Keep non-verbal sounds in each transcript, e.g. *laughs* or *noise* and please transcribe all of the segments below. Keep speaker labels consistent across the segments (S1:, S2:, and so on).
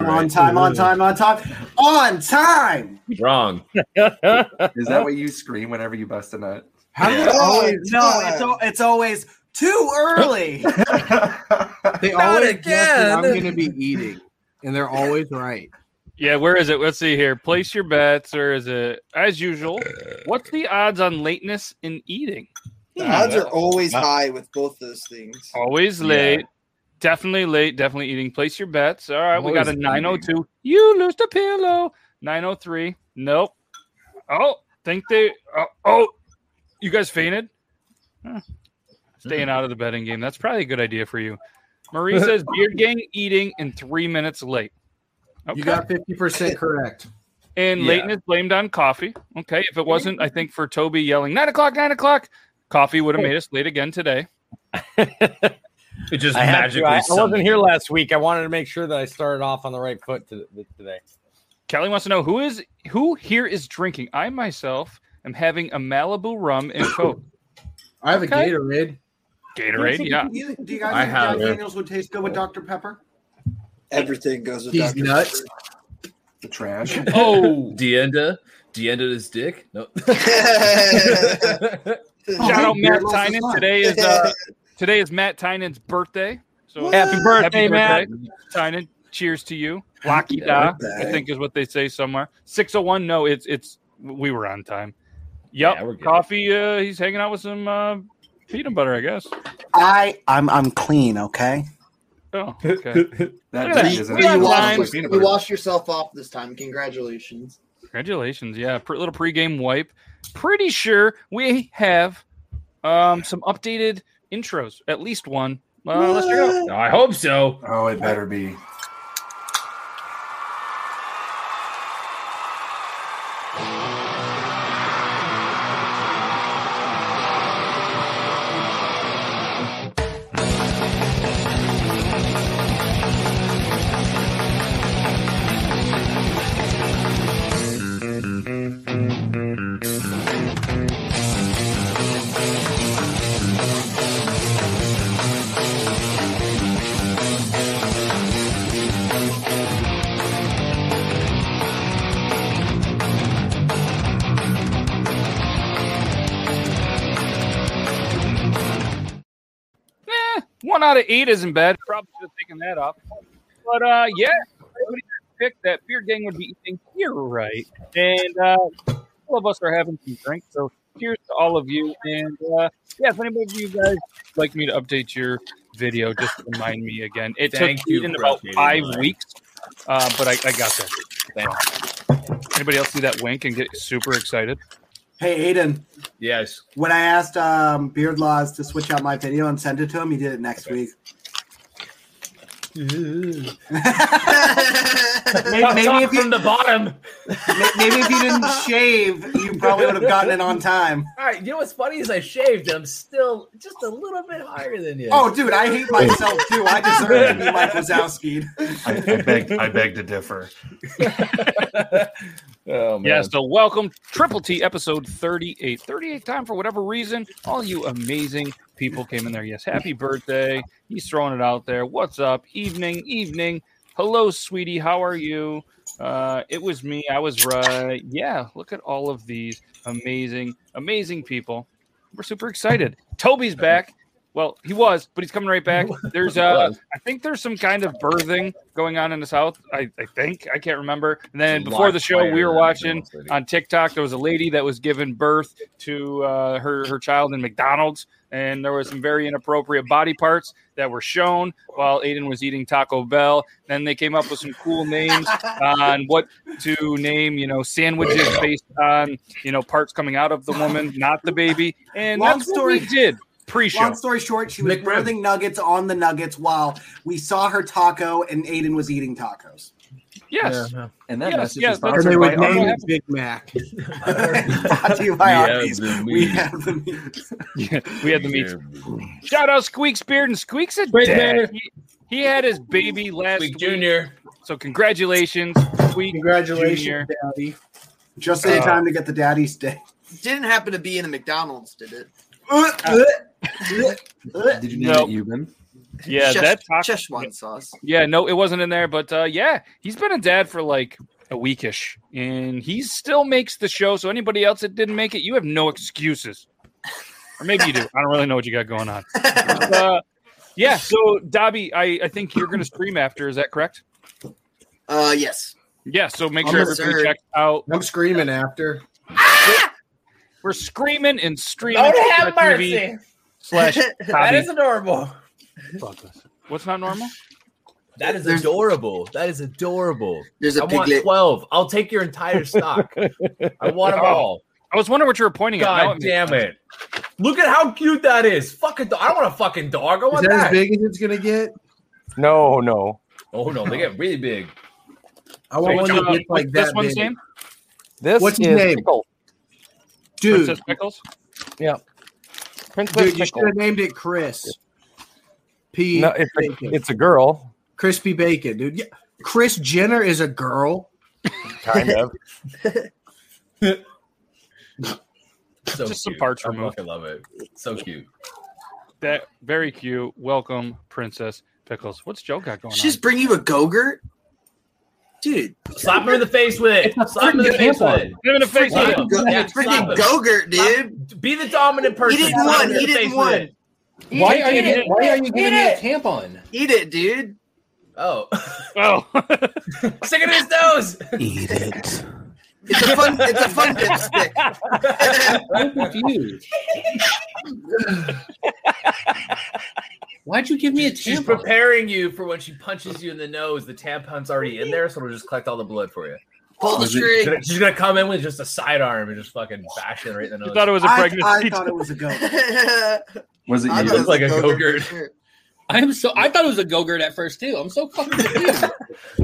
S1: On time, on *laughs* time, on time, on time.
S2: Wrong.
S3: Is that what you scream whenever you bust a nut?
S1: How do they always? Oh, No, it's al- it's always too
S4: *laughs*
S1: early.
S5: They
S2: Not
S5: always guess what I'm
S2: again.
S5: going to be eating, and they're always right.
S6: Yeah, where is it? Let's see here. Place your bets, or is it as usual?
S2: Uh,
S6: What's the odds on lateness in eating?
S4: The odds are always
S2: Uh,
S4: high with both those things.
S6: Always
S2: Yeah.
S6: late. Definitely late. Definitely eating. Place your bets. All right, we got a
S2: Always
S6: 902. You lose the pillow. 903. Nope. Oh, think they. oh oh, you guys fainted? Huh. Staying out of the betting game. That's probably a good idea for you.
S2: *laughs*
S6: Marie says beard gang eating and three minutes late. Okay.
S5: You got fifty
S6: *laughs*
S5: percent correct.
S6: and
S3: Yeah.
S6: lateness blamed on coffee. Okay. If it wasn't, I think for Toby yelling, nine o'clock, nine o'clock, coffee would have made us late again today.
S2: *laughs* It just
S7: I, had to.
S2: magically.
S7: I, I
S2: summoned
S7: wasn't here last week. I wanted to make sure that I started off on the right foot to, *laughs* today.
S6: Kelly wants to know who is who here is drinking. I myself am having a Malibu rum and Coke.
S5: I have a
S6: Okay.
S5: Gatorade.
S6: Gatorade, yeah.
S1: Do you, do you guys
S2: I
S1: think
S2: have
S1: Jack
S2: it.
S1: Daniels would taste good with Dr. Pepper?
S4: Everything goes with
S5: He's
S4: Dr.
S5: nuts.
S3: The trash.
S6: *laughs* Oh,
S2: Deenda, Deenda his dick.
S4: *laughs*
S2: No.
S6: *laughs*
S4: Pepper.
S6: shout out
S1: hey,
S6: Matt
S1: Beardless is
S6: Tynan.
S1: fine.
S6: Today is uh, today is Matt Tynan's birthday. So
S7: Happy birthday, Matt.
S6: Tynan. Cheers to you. Lucky da, I think is what they say somewhere. 601. No, it's it's we were on time. Yep.
S2: Yeah, we're good.
S6: Coffee, uh, he's hanging out with some uh, peanut butter, I guess.
S1: I I'm I'm clean, okay?
S6: Oh, okay.
S1: *laughs*
S3: That
S6: Look at that.
S3: dick is
S6: We got
S4: you,
S3: actually
S6: lines.
S4: washed,
S3: like
S4: you
S3: peanut butter.
S4: washed yourself off this time. Congratulations.
S6: Congratulations. Yeah, pr- little pregame wipe. Pretty sure we have um, some updated intros, at least one. Uh, let's check it out.
S2: I hope so.
S3: Oh, it better be.
S6: Eh, one out of eight isn't bad. Probably should have taken that off. But uh, yeah, everybody picked that beer gang would be eating. You're right, and uh, all of us are having some drinks. So cheers to all of you. And uh, yeah, if anybody of you guys would like me to update your video, just remind me again. It
S2: Thank
S6: took
S2: you
S6: Eden
S2: for
S6: about
S2: updating
S6: five
S2: mine.
S6: weeks, uh, but I, I got there. Anybody else see that wink and get super excited?
S1: Hey Aiden,
S2: Yes.
S1: when I asked um, Beard Laws to switch out my video and send it to him, he did it next
S2: *laughs*
S1: week. maybe, maybe if you,
S2: the bottom.
S1: may- maybe if you *laughs* didn't shave, you probably would have gotten it on time.
S2: All right. You know what's funny is I shaved. I'm still just a little bit higher than you.
S1: Oh, dude, I hate myself too. I deserve to be Mike Wazowski.
S3: I, I beg. I beg to differ.
S2: oh man.
S6: Yeah, so welcome Triple T episode 38. 38 time for whatever reason. All you amazing people came in there. Yes, happy birthday. He's throwing it out there. What's up? Evening, evening. Hello, sweetie. How are you? Uh, it was me. I was right. Yeah, look at all of these amazing, amazing people. We're super excited. Toby's back. Well, he was, but he's coming
S2: *laughs*
S6: right back. There's uh
S2: Was.
S6: I think there's some kind of birthing going on in the south. I, I think I can't remember. And then
S2: It's a
S6: before
S2: lot
S6: the show, we
S2: quieter
S6: were
S2: than
S6: watching
S2: Oklahoma City.
S6: on TikTok. There was a lady that was giving birth to uh, her her child in McDonald's, and there was some very inappropriate body parts that were shown while Aiden was eating Taco Bell. Then they came up with some cool names on what to name, you know, sandwiches based on you know parts coming out of the woman, not the baby. And
S1: Long
S6: that's what
S1: story-
S6: we did pre-show.
S1: Long story short, she was
S2: McRib.
S1: birthing nuggets on the nuggets while we saw her taco and Aiden was eating tacos.
S6: yes.
S3: And that
S6: Yes,
S3: message
S6: yes, that's-
S3: is
S5: And
S3: sponsored
S5: they
S3: by
S5: would
S6: Sorry,
S5: name
S6: Arnold.
S5: it Big Mac.
S1: Brought to you by
S2: We
S1: our
S2: have
S1: piece.
S2: the
S1: We
S2: meat.
S1: have the meat.
S6: *laughs* Yeah, we had the meat. Shout out Squeaks Beard and Squeaks a
S2: Squeak
S6: dad.
S2: Beard.
S6: He, he had his baby last
S2: Week
S6: week.
S2: Junior.
S6: So congratulations, Squeak. Junior.
S5: Congratulations, Daddy.
S1: Just in
S6: Uh,
S1: time to get the daddy stick.
S4: Didn't happen to be in a McDonald's, did it?
S1: Uh,
S3: Did you name
S6: Nope.
S3: it Euban?
S6: Yeah,
S8: Chef-
S6: that taco.
S8: Szechuan sauce.
S6: Yeah, no, it wasn't in there, but uh, yeah, he's been a dad for like a weekish, and he still makes the show. So anybody else that didn't make it, you have no excuses, or maybe you do. I don't really know what you got going on. Uh, yeah, so Dobby, I, I think you're going to stream after. Is that correct?
S8: uh, yes.
S6: Yeah. So make
S5: I'm
S6: sure
S5: the
S6: everybody
S8: third.
S6: checks out. Ah!
S5: I'm screaming after.
S6: We're screaming and streaming.
S9: Lord have
S6: TV
S9: mercy.
S6: Slash
S9: *laughs* That
S6: Dobby.
S9: is adorable.
S6: What's not normal?
S9: That is
S8: There's-
S9: adorable. That is adorable.
S8: There's
S9: I
S8: a
S9: want
S8: piglet.
S9: 12. I'll take your entire stock.
S6: *laughs*
S9: I want them
S6: Oh,
S9: all.
S6: I was wondering what you were pointing at. Now
S9: God
S6: it makes
S9: damn
S6: sense.
S9: it. Look at how cute that is. Fucking dog. I don't want a fucking dog. I
S5: Is
S9: want
S5: that as
S9: that.
S5: big as it's gonna get?
S7: No, no.
S9: Oh no, they get really big.
S5: I want
S6: What's,
S5: one that
S6: uh,
S5: gets like
S6: what's
S5: that
S6: this one's
S5: big.
S6: name?
S7: This
S5: What's his
S7: is
S5: name?
S7: Pickle.
S5: Dude,
S6: Princess Pickles?
S7: Princess
S5: dude, you
S7: Pickle.
S5: should have named it Chris. P.
S7: No, it's a,
S5: Bacon.
S7: it's a girl.
S5: Crispy Bacon, dude. Yeah. Chris Jenner is a girl.
S7: Kind of.
S9: So
S6: Just some
S9: cute.
S6: parts
S9: I
S6: removed.
S9: fucking love it. So cute.
S6: That very cute. Welcome, Princess Pickles. What's Joe got going
S8: She just
S6: on?
S8: bring you a Gogurt? Dude.
S9: Slap her in the face with it. Slap her in the
S7: freaking
S9: face with it.
S6: Give him a face.
S9: Wow.
S6: hug.
S8: Go-
S9: Yeah, slap
S8: freaking
S9: him.
S8: Gogurt, dude.
S9: Be the dominant person.
S8: didn't
S9: Slap her
S8: win.
S9: in
S8: He
S9: the
S8: didn't
S9: face with
S8: win.
S9: it.
S10: Why
S6: are you-
S10: why are you giving me a tampon?
S8: Eat it, dude.
S9: Oh.
S6: Oh.
S9: *laughs* Stick it in his nose.
S1: Eat it.
S8: It's a fun it's a
S9: *laughs*
S8: fun
S11: *laughs*
S8: dipstick.
S10: I'm confused. Why'd you give me a
S9: She's
S10: tampon?
S9: preparing you for when she punches you in the nose. The tampon's already in there, so it'll just collect all the blood for you.
S8: Pull the
S3: Was it-
S9: She's
S8: string.
S9: gonna- She's gonna come in with just a sidearm and just fucking bash it right in the
S6: I
S9: nose.
S6: thought it was a
S1: I,
S6: pregnancy.
S1: I thought
S6: *laughs*
S1: it was a
S8: *laughs*
S1: goat.
S3: Was it
S8: I
S3: you?
S8: thought it was
S9: like a
S8: for
S9: Gogurt.
S8: sure.
S10: I'm so. I thought it was a go-gurt at first too. I'm so fucking
S9: *laughs*
S10: confused.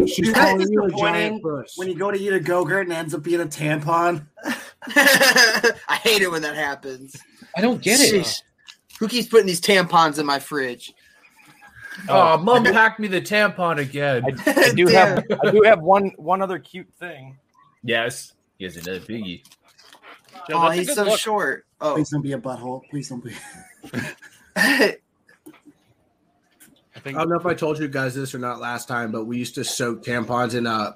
S1: She's
S5: She's
S1: that
S5: calling you a
S1: disappointing
S5: giant puss.
S1: When you go to eat a go-gurt and it ends up being a tampon.
S8: *laughs* I hate it when that happens.
S10: I don't get it.
S8: Jeez. *laughs* Who keeps putting these tampons in my fridge? *laughs*
S9: Oh, mom packed me the tampon again.
S7: I,
S8: *laughs*
S7: I do have I do have one one other cute thing.
S9: yes. He has another biggie.
S6: Joe,
S8: Oh,
S6: that's a
S8: he's
S6: good
S8: so
S6: look.
S8: short. Oh,
S1: Please don't be a butthole. Please don't be.
S6: I
S5: I
S6: think-
S5: don't know if I told you guys this or not last time, but we used to soak tampons in uh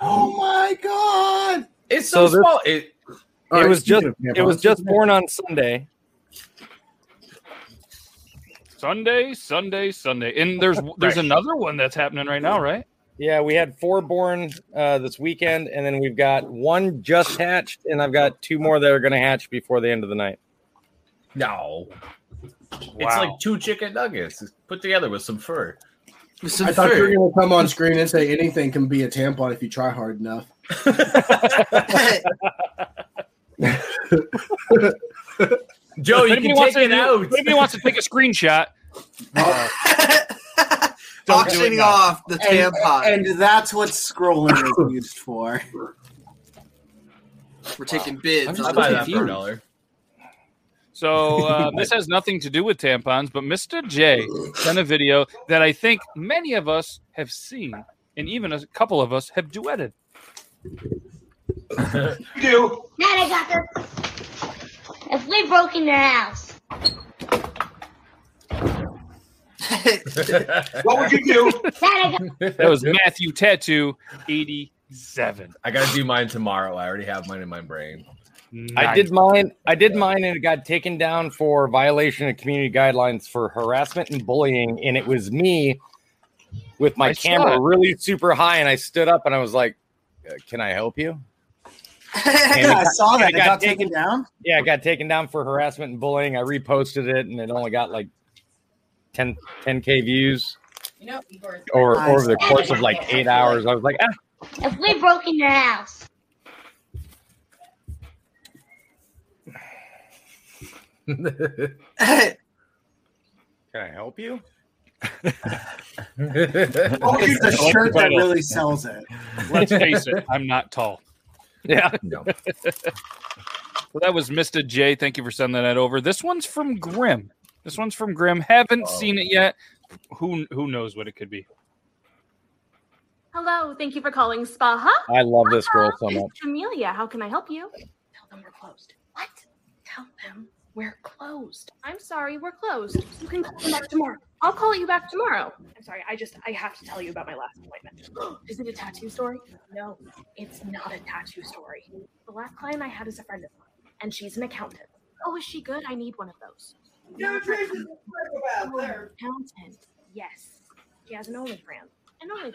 S1: Oh my god!
S9: It's so,
S7: So this-
S9: small. It,
S5: all
S7: It was just-
S5: speaking of
S7: It was
S5: tampons,
S7: just born on Sunday.
S6: Sunday, Sunday, Sunday. And there's there's
S7: Right.
S6: another one that's happening right now, right?
S7: Yeah, we had four born uh, this weekend, and then we've got one just hatched, and I've got two more that are going to hatch before the end of the night.
S9: no. It's
S6: Wow.
S9: like two chicken nuggets put together with some fur.
S8: Some
S5: I thought
S8: fruit.
S5: you were gonna come on screen and say anything can be a tampon if you try hard enough.
S9: Joe, you can take
S6: wants
S9: it
S6: to,
S9: out.
S6: If anybody wants to take a
S1: *laughs*
S6: screenshot, *laughs* Don't do it
S8: auctioning
S6: now.
S8: off the
S1: And,
S8: tampon.
S1: and that's what scrolling is used for.
S8: we're taking bids. on
S10: I'm just
S9: I'll
S8: the
S9: buy that for a
S10: confused.
S9: dollar.
S6: So
S1: *laughs*
S6: uh, this has nothing to do with tampons, but Mr. J sent a video that I think many of us have seen, and even a couple of us have duetted.
S12: Now they got their. If we broke in their house. Now they got.
S6: That was Matthew Tattoo eighty-seven.
S9: I gotta do mine tomorrow. I already have mine in my brain.
S7: I did
S6: Nice.
S7: mine. I did mine, and it got taken down for violation of community guidelines for harassment and bullying. And it was me with my
S6: I saw
S7: camera
S6: it.
S7: really super high, and I stood up and I was like, uh, "Can I help *laughs* you?"
S8: tampon.
S1: Yeah, I saw that.
S7: I
S1: It
S7: got
S1: got
S7: taken-
S1: taken down.
S7: Yeah, it got taken down for harassment and bullying. I reposted it, and it only got like 10 10k views
S10: You know, Igor,
S7: over
S1: Nice.
S7: over the course of like eight hours. I was like, ah,
S12: If we broke in their house.
S7: *laughs* "Can I help you?"
S1: Oh, it's a shirt that
S6: *laughs* title.
S1: really sells it.
S6: Let's face it, I'm not tall.
S7: Yeah,
S9: No.
S6: Well, that was Mr. J. Thank you for sending that over. This one's from Grim. This one's from Grim. Haven't
S9: Oh.
S6: seen it yet. Who who knows what it could be?
S13: Hello, thank you for calling Spa Hub.
S7: I love this girl so
S13: This
S7: much.
S13: is Amelia, how can I help you?
S12: Tell them we're closed.
S13: What? Tell them We're closed. I'm sorry, we're closed. You can call me back tomorrow. I'll call you back tomorrow. I'm sorry, I just I have to tell you about my last appointment. *gasps* is it a tattoo story? No, it's not a tattoo story. The last client I had is a friend of mine, and she's an accountant. Oh, is she good? I need one of those. Oh, an accountant. Yes. She has an OnlyFans. An OnlyFans.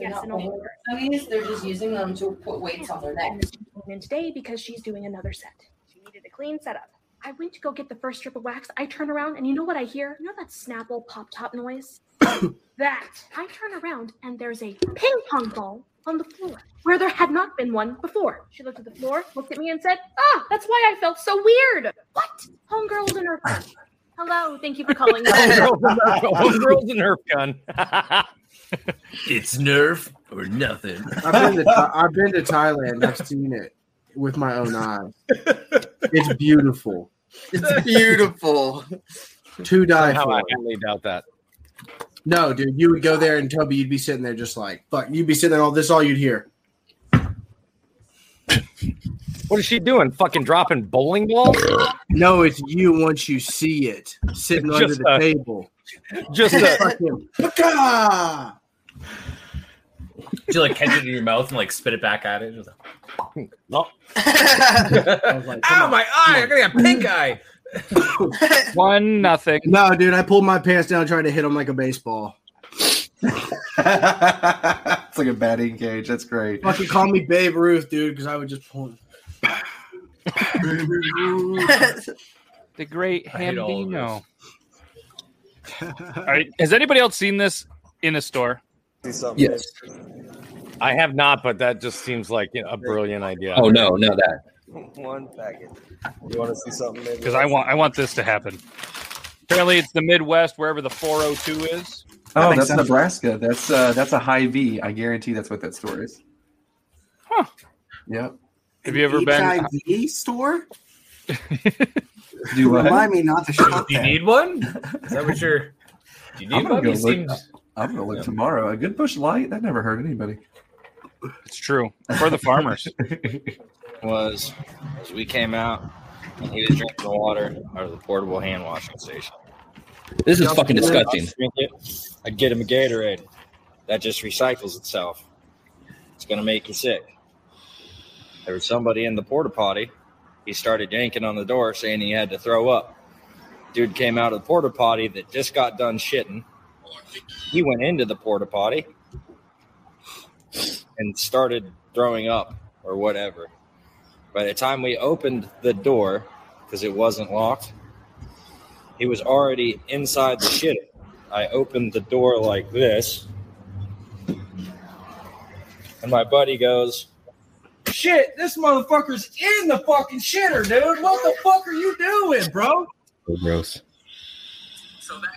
S13: Yes, an OnlyFans.
S14: they're just using them to put weights on their neck.
S13: And she came in today because she's doing another set. She needed a clean setup. I went to go get the first strip of wax. I turn around and you know what I hear? You know that Snapple pop
S14: *coughs*
S13: top noise? that. I turn around and there's a ping pong ball on the floor where there had not been one before. She looked at the floor, looked at me, and said, Ah, that's why I felt so weird. What? Homegirls in her
S14: *laughs*
S13: phone. Hello, thank you for calling.
S7: Homegirls and Nerf gun.
S9: it's Nerf or nothing.
S5: I've been to, Tha- I've been to Thailand. I've seen it with my own eyes. It's beautiful.
S4: It's beautiful.
S5: To die
S7: Somehow
S5: for.
S7: I highly doubt that.
S5: No, dude, you would go there and Toby, you'd be sitting there just like, fuck, you'd be sitting there all this, all you'd hear.
S7: What is she doing? Fucking dropping bowling balls?
S5: No, it's you once you see it sitting under
S7: Just
S5: the
S7: a-
S5: table.
S7: Just uh,
S5: *laughs*
S7: a,
S5: Fucking, "Paka!"
S9: Did you like catch it in your mouth and like spit it back at it? It was like, "Oh."
S7: no.
S9: Ow, my eye! I got a pink eye.
S6: One nothing.
S5: no, dude, I pulled my pants down trying to hit him like a baseball.
S3: it's like a batting cage. That's great.
S5: Fucking call me Babe Ruth, dude, because I would just pull.
S6: The great
S9: I hate all of
S6: Hambino. All right. Has anybody else seen this in a store?
S10: Yes.
S7: I have not, but that just seems like you know, a brilliant idea.
S10: Oh no, not that.
S15: One packet. You want to see something? maybe?
S6: Because I want I want this to happen. Apparently, it's the Midwest, wherever the 402 is.
S3: Oh, that's Nebraska. That's uh, that's a high V. I guarantee that's what that store is. Huh. Yep.
S6: Have you
S1: *laughs*
S6: ever been?
S1: HIV store?
S3: Do what?
S1: Remind me not to shop
S9: Do you
S1: there. *laughs*
S9: need one? Is that what you're? Do you
S3: I'm
S9: need
S3: gonna
S9: one?
S3: go
S9: You
S3: look.
S9: seemed
S3: I'm gonna look tomorrow. A good bush light that never hurt anybody.
S6: It's true for the farmers.
S11: was as we came out and he was drinking the water out of the portable hand washing station.
S10: This is fucking disgusting.
S11: Drink it, I'd get him a Gatorade. That just recycles itself. It's gonna make you sick. There was somebody in the porta potty. He started yanking on the door saying he had to throw up. Dude came out of the porta potty that just got done shitting. He went into the porta potty and started throwing up or whatever. By the time we opened the door, because it wasn't locked, he was already inside the shitter. I opened the door like this, and my buddy goes,
S16: Shit, this motherfucker's in the fucking shitter, dude. What the fuck are you doing, bro?
S10: So gross.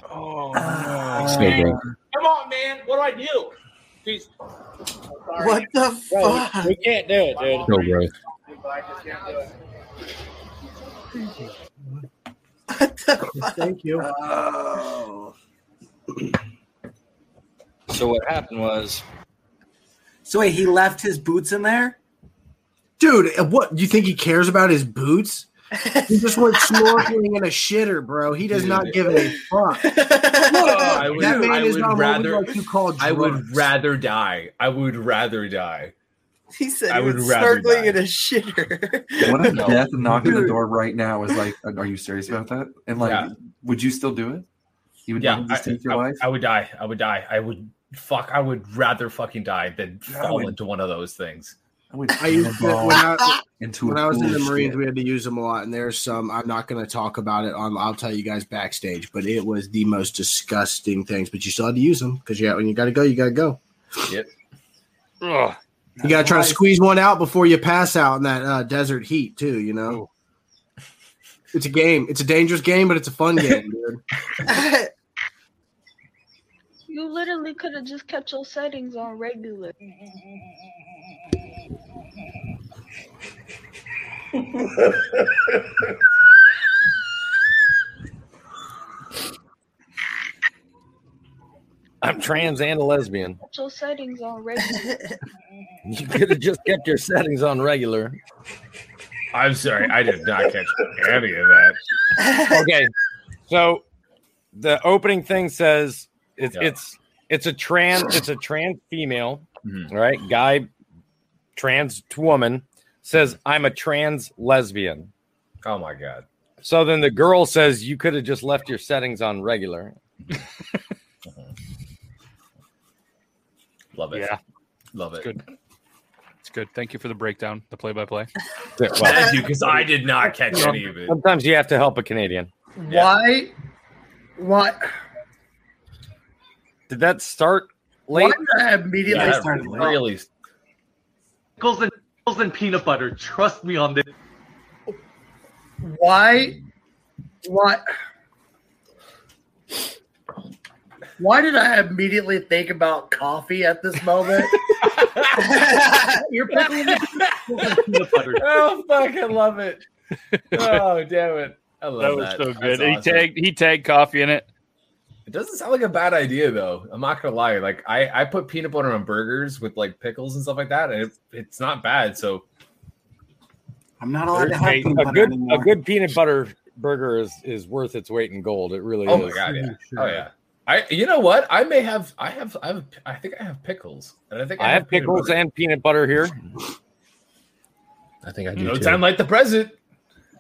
S16: Oh,
S17: Ah.
S10: So gross.
S16: come on, man. What do I do? Jeez.
S4: What the fuck?
S11: We can't do it, dude.
S10: So gross.
S5: Thank you.
S11: So what happened was,
S1: So wait, he left his boots in there?
S5: Dude, what do you think he cares about his boots? He just went snorkeling in a shitter, bro. He does not give a fuck.
S9: I would,
S5: that man
S9: I
S5: is
S9: would
S5: not what we
S9: rather.
S5: like to call
S9: I would
S5: drunks.
S9: rather die. I would rather die.
S4: He said
S9: I
S4: he
S9: would
S4: was
S9: rather
S4: snorkeling
S9: die.
S4: in a shitter.
S3: What if
S9: No.
S3: death knocking the door right now is like, are you serious about that? And like,
S9: Yeah.
S3: would you still do it? You would
S9: Yeah,
S3: not
S9: I,
S3: just take your
S9: I-
S3: life.
S9: I would die. I would die. I would fuck. I would rather fucking die than
S3: Yeah, I
S9: fall
S3: would-
S9: into one of those things.
S3: I would
S5: I used to, when
S3: cannonball
S5: I,
S3: into
S5: when
S3: a
S5: I was in
S3: pool
S5: the
S3: of
S5: Marines,
S3: shit.
S5: we had to use them a lot, and there's some I'm not going to talk about it on. I'll tell you guys backstage, but it was the most disgusting things. But you still had to use them because yeah, when you got to go, you got to go.
S9: Yep.
S6: Ugh.
S5: You got to try to squeeze one out before you pass out in that uh, desert heat too. You know, it's a game. It's a dangerous game, but it's a fun game, dude.
S12: You literally could have just kept your settings on regular.
S7: I'm trans and a lesbian.
S12: Kept
S14: *laughs*
S12: your settings on regular.
S7: You could have just kept your settings on regular.
S18: I'm sorry, I did not catch any of that.
S7: okay. So the opening thing says it's it's it's a trans it's a trans female,
S18: Mhm.
S7: right? Guy trans woman
S18: Mm-hmm.
S7: says I'm a trans lesbian.
S9: Oh my god.
S7: So then the girl says you could have just left your settings on regular.
S9: *laughs* Love it.
S6: Yeah.
S9: Love it.
S6: It's good. It's good. Thank you for the breakdown, the play by play.
S7: Yeah, well- Thank you,
S9: 'cause I did not catch any of it.
S7: Sometimes you have to help a Canadian.
S19: Why? Why?
S9: *laughs*
S7: *laughs* Did that start
S19: Why
S7: late?
S19: did I immediately
S7: Yeah,
S19: start
S7: really-
S19: Pickles and, pickles and peanut butter. Trust me on this. Why? Why? Why did I immediately think about coffee at this moment? You're pickling peanut
S5: Uh,
S19: butter. *laughs*
S2: Oh, fucking love it.
S7: Uh,
S9: *laughs*
S2: Oh, damn it. I
S9: love
S6: that was
S9: that.
S6: so
S9: That's
S6: good.
S9: awesome.
S6: He tagged he tagged coffee in it.
S9: It doesn't sound like a bad idea though. I'm not gonna lie. Like I, I put peanut butter on burgers with like pickles and stuff like that, and it, it's not bad. So oh,
S1: I'm not
S9: allowed to have
S7: a
S9: peanut butter
S7: good
S9: anymore.
S7: a good peanut butter burger is is worth its weight in gold. It really
S9: Oh my
S7: is.
S9: god, yeah. Oh yeah. I you know what? I may have I have I have I think I have pickles. And I think
S7: I have pickles and peanut butter here.
S9: I think
S7: I
S9: No time like the present.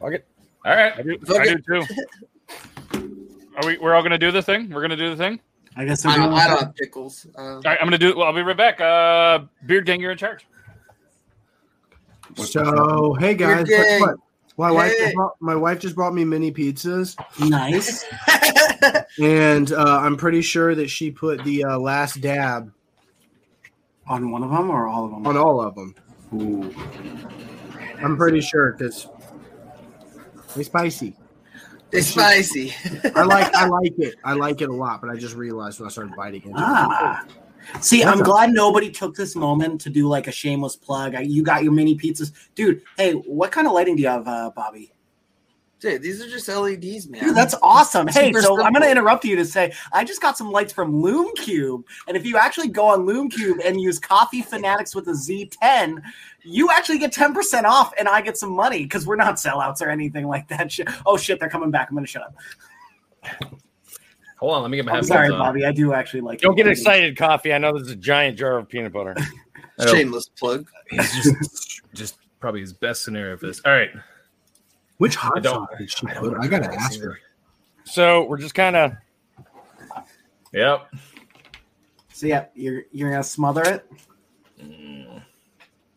S7: Okay.
S9: All right.
S6: I do,
S9: Fuck
S6: I do
S9: it.
S6: too. Are we we're all gonna do the thing? We're gonna do the thing?
S1: I guess
S4: I don't, I don't have pickles. Uh,
S6: All right, I'm gonna do it. Well, I'll be right back. Uh Beard Gang, you're in charge.
S5: So hey
S4: You're
S5: guys, guess
S4: gay.
S5: what? My wife,
S4: Hey.
S5: just brought, my wife just brought me mini pizzas.
S1: Nice.
S5: and uh, I'm pretty sure that she put the uh, last dab
S1: on one of them or all of them.
S5: On all of them.
S1: Ooh.
S5: I'm pretty sure because they spicy.
S4: They spicy.
S5: I
S1: *laughs*
S5: like I like it. I like it a lot, but I just realized when I started biting into it.
S1: Ah. See, I'm glad nobody took this moment to do like a shameless plug. I- You got your mini pizzas, dude. Hey, what kind of lighting do you have, uh, Bobby?
S4: Dude, these are just LEDs, man.
S1: Dude, that's awesome. Hey,
S4: Super
S1: so I'm going
S4: simple.
S1: to interrupt you to say I just got some lights from LoomCube, and if you actually go on LoomCube and use Coffee Fanatics with a Z10, you actually get 10% off, and I get some money because we're not sellouts or anything like that. Shit. Oh shit, they're coming back. I'm going to shut up.
S9: Hold on, let me get my
S1: I'm
S9: headphones
S1: sorry,
S9: on.
S1: Bobby. I do actually like.
S7: uh, Don't get excited, coffee. I know this is a giant jar of
S1: *laughs*
S7: peanut butter.
S4: Shameless plug.
S9: He's just just probably his best scenario for this. All right.
S5: Which
S9: I
S5: hot
S9: don't,
S5: sauce did she
S9: I don't
S5: put?
S9: wanna
S5: I gotta
S9: try this
S5: ask
S9: either.
S5: her.
S7: So we're just kind of
S9: Yep.
S1: So yeah, you're you're going to smother it.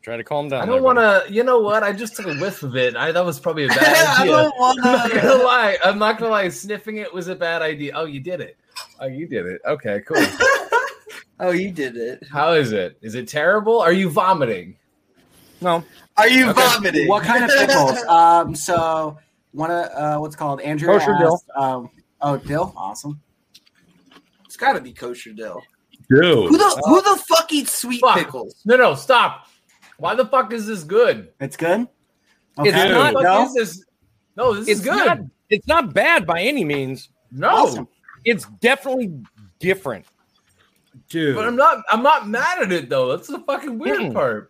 S7: Try to calm down.
S9: I don't want to. You know what? I just took a whiff of it. I that was probably a
S4: *laughs*
S9: bad
S4: I
S9: idea.
S4: don't wanna-
S9: *laughs* I'm not gonna lie. I'm not gonna lie. Sniffing it was a bad idea. Oh, you did it. Oh, you did it. Okay, *laughs* cool.
S4: oh, you did it.
S9: How is it? Is it terrible? Are you vomiting?
S7: No.
S4: Are you
S9: Okay.
S4: vomiting?
S1: What
S4: *laughs*
S1: kind of *laughs* pickles? um, so one of uh, what's it called Andrew.
S4: Kosher dill.
S1: asked, Um, oh, dill, awesome.
S4: It's got to be kosher dill.
S10: Dude.
S4: Who the who the fuck eats sweet
S9: Fuck.
S4: pickles?
S9: No, no, stop. Why the fuck is this good?
S1: It's good.
S9: It's
S7: Okay.
S9: not.
S7: Dude.
S9: No.
S7: No?
S9: Is this? No, this
S7: It's
S9: is good.
S7: not. It's not bad by any means.
S9: No. Awesome.
S7: It's definitely different, dude.
S9: But I'm not. I'm not mad at it though. That's the fucking weird
S7: Mm-mm.
S9: part.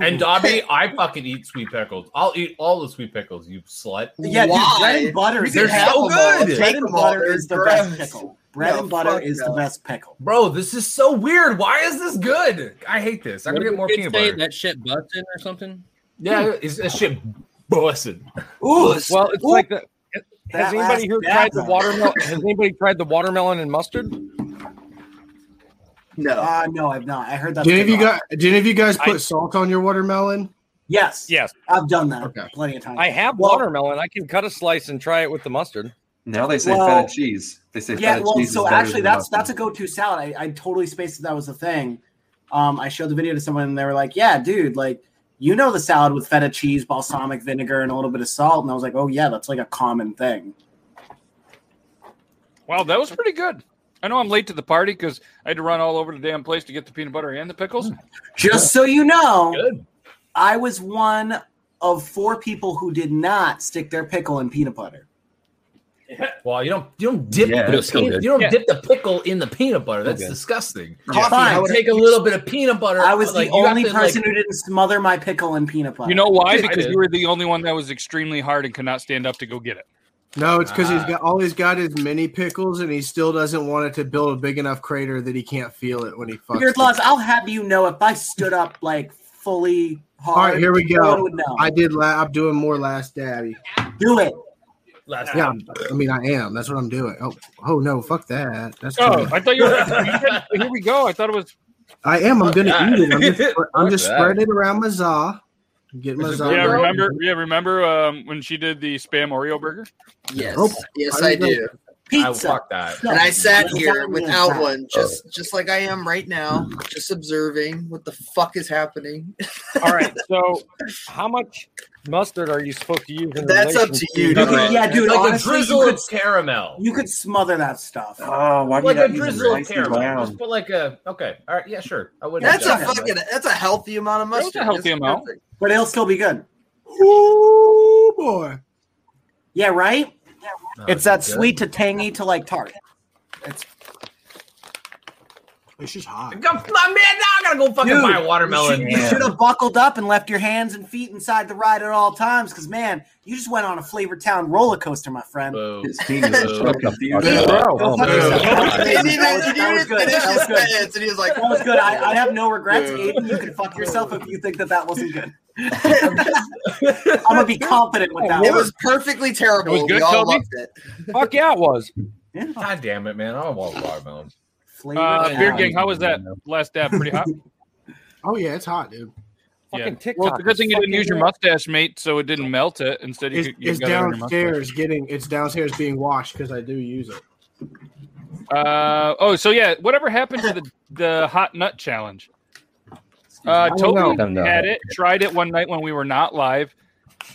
S9: And
S1: Mm.
S9: Dobby, I fucking eat sweet pickles. I'll eat all the sweet pickles. You slut.
S1: Yeah, dude, bread and butter. is
S9: They're
S1: the best pickle.
S9: so good.
S1: Bread and butter is the best
S9: Gross.
S1: pickle. Bread
S9: No,
S1: and butter
S9: fuck
S1: is the
S9: no.
S1: best pickle.
S9: Bro, this is so weird. Why is this good? I hate this. I'm
S10: What
S9: gonna
S10: did
S9: get more
S10: the
S9: peanut
S10: kid say?
S9: butter.
S10: That shit busting or something?
S9: Yeah, is
S16: *laughs*
S9: that shit busted?
S7: Ooh, well, it's like the. Has
S10: That
S7: anybody
S10: last
S7: here
S10: dab
S7: tried the
S10: one.
S1: *laughs*
S7: watermelon? Has anybody tried the watermelon and mustard?
S4: No,
S1: uh, no, I've not. I heard that.
S5: Did any of you guys? Did any of you guys put salt on your watermelon?
S1: Yes.
S7: Yes.
S1: I've done that plenty of times.
S7: I have watermelon. I can cut a slice and try it with the mustard.
S3: Now they say
S1: Well-
S3: feta cheese. Oh, They say
S1: Yeah,
S3: feta
S1: well,
S3: cheese.
S1: so actually, that's that's a go-to salad. I, I totally spaced that that was a thing. Um, I showed the video to someone, and they were like, "Yeah, dude, like you know the salad with feta cheese, balsamic vinegar, and a little bit of salt." And I was like, "Oh yeah, that's like a common thing."
S6: Wow, that was pretty good. I know I'm late to the party because I had to run all over the damn place to get the peanut butter and the
S1: Hmm.
S6: pickles.
S1: Just so you know, I was one of four people who did not stick their pickle in peanut butter.
S9: Well, you don't you don't dip
S18: Yeah,
S9: the
S18: it's still
S9: pe-
S18: good.
S9: you don't
S18: Yeah.
S9: dip the pickle in the peanut butter. That's
S18: good.
S9: disgusting.
S1: Coffee, I
S9: you
S1: would-
S9: take a little bit of peanut butter.
S1: I was
S9: like,
S1: the
S9: you have
S1: only
S9: to, like-
S1: person who didn't smother my pickle in peanut butter.
S6: You know why?
S1: I
S6: Because
S1: did.
S6: you were the only one that was extremely hard and could not stand up to go get it.
S5: No, it's because
S6: Ah.
S5: he's got all he's got is mini pickles, and he still doesn't want it to build a big enough crater that he can't feel it when he fucks.
S1: Beard
S5: it.
S1: laws. I'll have you know if I stood up like fully hard.
S5: All right, here we
S1: no one
S5: go.
S1: would know.
S5: I did. La- I'm doing more last dabby.
S1: Do it.
S9: Last
S5: yeah, I mean, I am. That's what I'm doing. Oh, oh no, fuck that. That's
S6: Oh,
S5: good.
S6: I thought you *laughs* were. Here we go. I thought it was.
S5: I am. I'm gonna
S6: Fuck
S5: eat it. I'm
S6: *laughs* that.
S5: just, I'm just
S6: Fuck that.
S5: spreading it around my za. Get my za.
S6: Yeah, remember? Yeah, remember um, when she did the spam Oreo burger?
S4: Yes,
S5: Nope.
S4: yes, I do.
S6: Pizza. I fuck that.
S4: And I sat here
S6: Lasagna.
S4: without
S3: Oh.
S4: one, just just like I am right now, just observing what the fuck is happening.
S7: All right, so how much mustard are you supposed to use? In
S4: That's up
S7: relation
S4: to you,
S7: the-
S4: dude. Like a-
S1: Yeah, dude.
S4: Like a
S1: honestly,
S4: drizzle
S1: you
S4: of
S1: could,
S9: caramel.
S1: You could smother that stuff.
S3: Oh, why
S9: like a drizzle of caramel. Just put like a okay. All right, yeah, sure. I wouldn't.
S4: That's a
S9: object.
S4: fucking. That's a healthy amount of mustard. That's perfect.
S1: but it'll still be good.
S5: Ooh boy.
S1: Yeah, right.
S9: No,
S1: it's that
S9: it's good.
S1: sweet to tangy to like tart. It's
S5: It's just hot.
S9: Go- My man, now I gotta go fucking
S1: Dude,
S9: buy a watermelon.
S1: You should, you should have buckled up and left your hands and feet inside the ride at all times, because man, you just went on a Flavor Town roller coaster, my friend.
S3: His
S1: *laughs*
S3: penis is so confused.
S1: Go fuck yourself. oh, That was- that was good. That was good.
S4: Yes, and he was like,
S1: That was good. I, I have no regrets,
S4: Boo.
S1: Aiden. You can fuck yourself if you think that that wasn't good. I'm gonna be confident with that.
S4: It
S1: one.
S4: was perfectly terrible.
S9: It was good,
S4: we all
S9: Toby?
S1: *laughs*
S4: loved it.
S7: Fuck yeah, it was.
S9: God damn it, man! I don't want watermelon.
S6: Uh, Beard gang, how was that last dab? Pretty hot.
S5: Oh yeah, it's hot, dude.
S6: yeah.
S5: TikTok
S6: Well, it's a good thing you
S5: is
S6: didn't use your
S5: fucking-
S6: mustache, mate, so it didn't melt it. Instead, you,
S5: It's,
S6: could, you
S5: it's
S6: got it on your mustache.
S5: downstairs getting. It's downstairs being washed because I do use it.
S6: Uh, oh, so yeah, whatever happened to the, the hot nut challenge?
S3: I
S6: Uh,
S3: don't
S6: Toby
S3: know.
S6: had it, tried it one night when we were not live.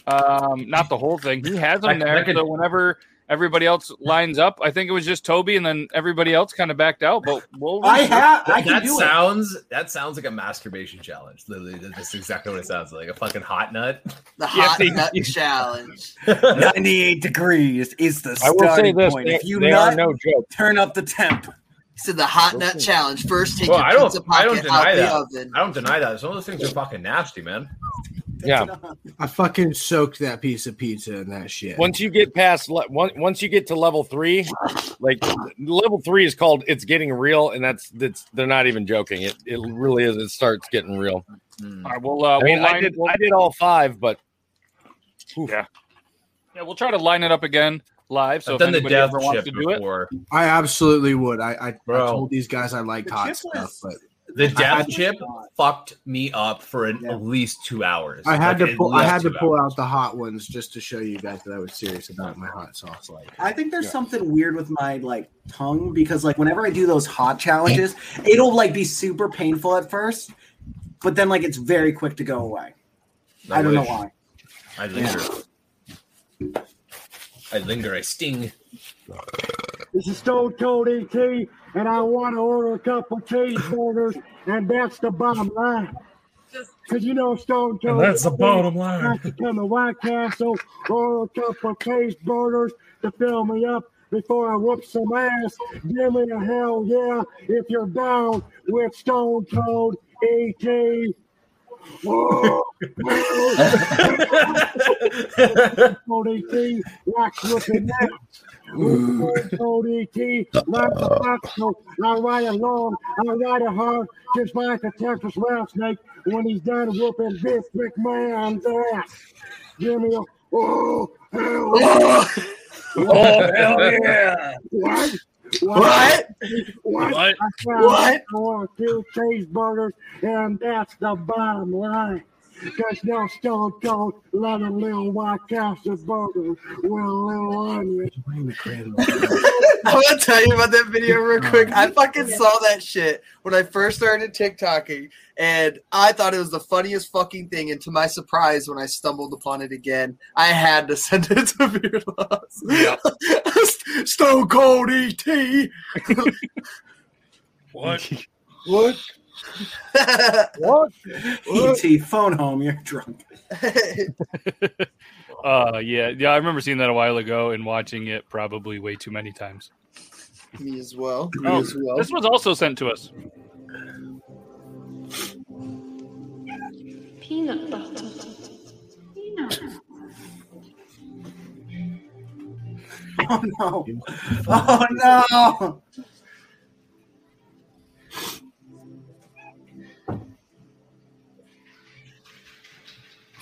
S6: Um, not the whole thing. He has them
S9: I- I
S6: there.
S9: could-
S6: so whenever everybody else lines up, I think it was just Toby, and then everybody else kind of backed out. But we'll
S9: That- that sounds that sounds like a masturbation challenge. Literally, that- that's exactly what it sounds like. A fucking hot nut.
S4: The
S9: *laughs* Yeah,
S4: hot
S9: see-
S4: nut challenge.
S1: 98 degrees is the
S4: I will say
S1: starting
S4: this,
S1: point.
S4: they-
S1: if you
S4: they
S1: nut,
S4: are no
S7: joke.
S1: turn up the temp.
S4: So the hot nut challenge. First, take
S9: Well,
S4: your
S9: I don't.
S4: pizza
S9: I
S4: pocket
S9: don't deny
S4: out
S9: that.
S4: the oven.
S9: I don't deny that. Some of those things are fucking nasty, man.
S7: Yeah.
S5: I fucking soaked that piece of pizza in that shit.
S7: Once you get past le- one, once you get to level three, like level three is called "It's Getting Real," and that's that's they're not even joking. It it really is. It starts getting real.
S6: All right, we'll, uh,
S7: I mean,
S6: we'll
S7: I
S6: line-
S7: did I did all five, but
S6: yeah, yeah, we'll try to line it up again live. So
S9: I've
S6: if
S9: done the
S6: anybody
S9: death
S6: ever wants
S9: chip
S6: to do it,
S5: I absolutely would. I I, I
S9: Bro.
S5: told these guys I liked hot stuff, but
S9: The
S5: I-
S9: death chip fucked me up for an, at least two hours.
S5: I had
S9: Like,
S5: to
S9: at
S5: pull. I
S9: least
S5: had to
S9: two
S5: pull
S9: hours.
S5: out the hot ones just to show you guys that I was serious about my hot sauce. Like,
S1: I think there's something weird with my like tongue because like whenever I do those
S4: *laughs*
S1: hot challenges, it'll like be super painful at first, but then like it's very quick to go away. I, don't
S9: wish.
S1: know
S4: *laughs*
S1: why.
S9: I linger. I linger. I sting.
S8: This is Stone Cold ET, and I want to order a couple cheeseburgers, and that's the bottom line. Because you know Stone Cold.
S18: that's the
S8: ET
S18: bottom line.
S8: has to come to White Castle, order a couple cheeseburgers to fill me up before I whoop some ass. Give me a hell yeah if you're down with Stone Cold E ET.
S18: *laughs*
S8: Whoa. Cold ET likes looking at Cold ET like a bicycle. I ride it long, I ride it hard, just like a Texas rattlesnake when he's done whooping Vince McMahon's ass. Give me a oh hell yeah.
S18: Oh, hell yeah.
S8: What?
S18: What?
S8: What?
S18: What?
S8: I found
S18: What?
S8: Four, two cheeseburgers, and that's the bottom line. Cause no stone cold loving little white castle burger with a little onion. *laughs*
S4: I want to tell you about that video
S1: *laughs*
S4: real quick. I fucking saw that shit when I first started TikToking, and I thought it was the funniest fucking thing. And to my surprise, when I stumbled upon it again, I had to send it to *laughs* Beard Laws. *laughs* Stone Cold E ET.
S6: *laughs* what?
S4: What? E
S1: what? ET, phone home. You're drunk.
S6: Uh, yeah, yeah. I remember seeing that a while ago and watching it probably way too many times.
S4: *laughs* Me as well. Me
S6: Oh,
S4: as well.
S6: this was also sent to us.
S12: Peanut butter.
S1: Oh no! Oh no!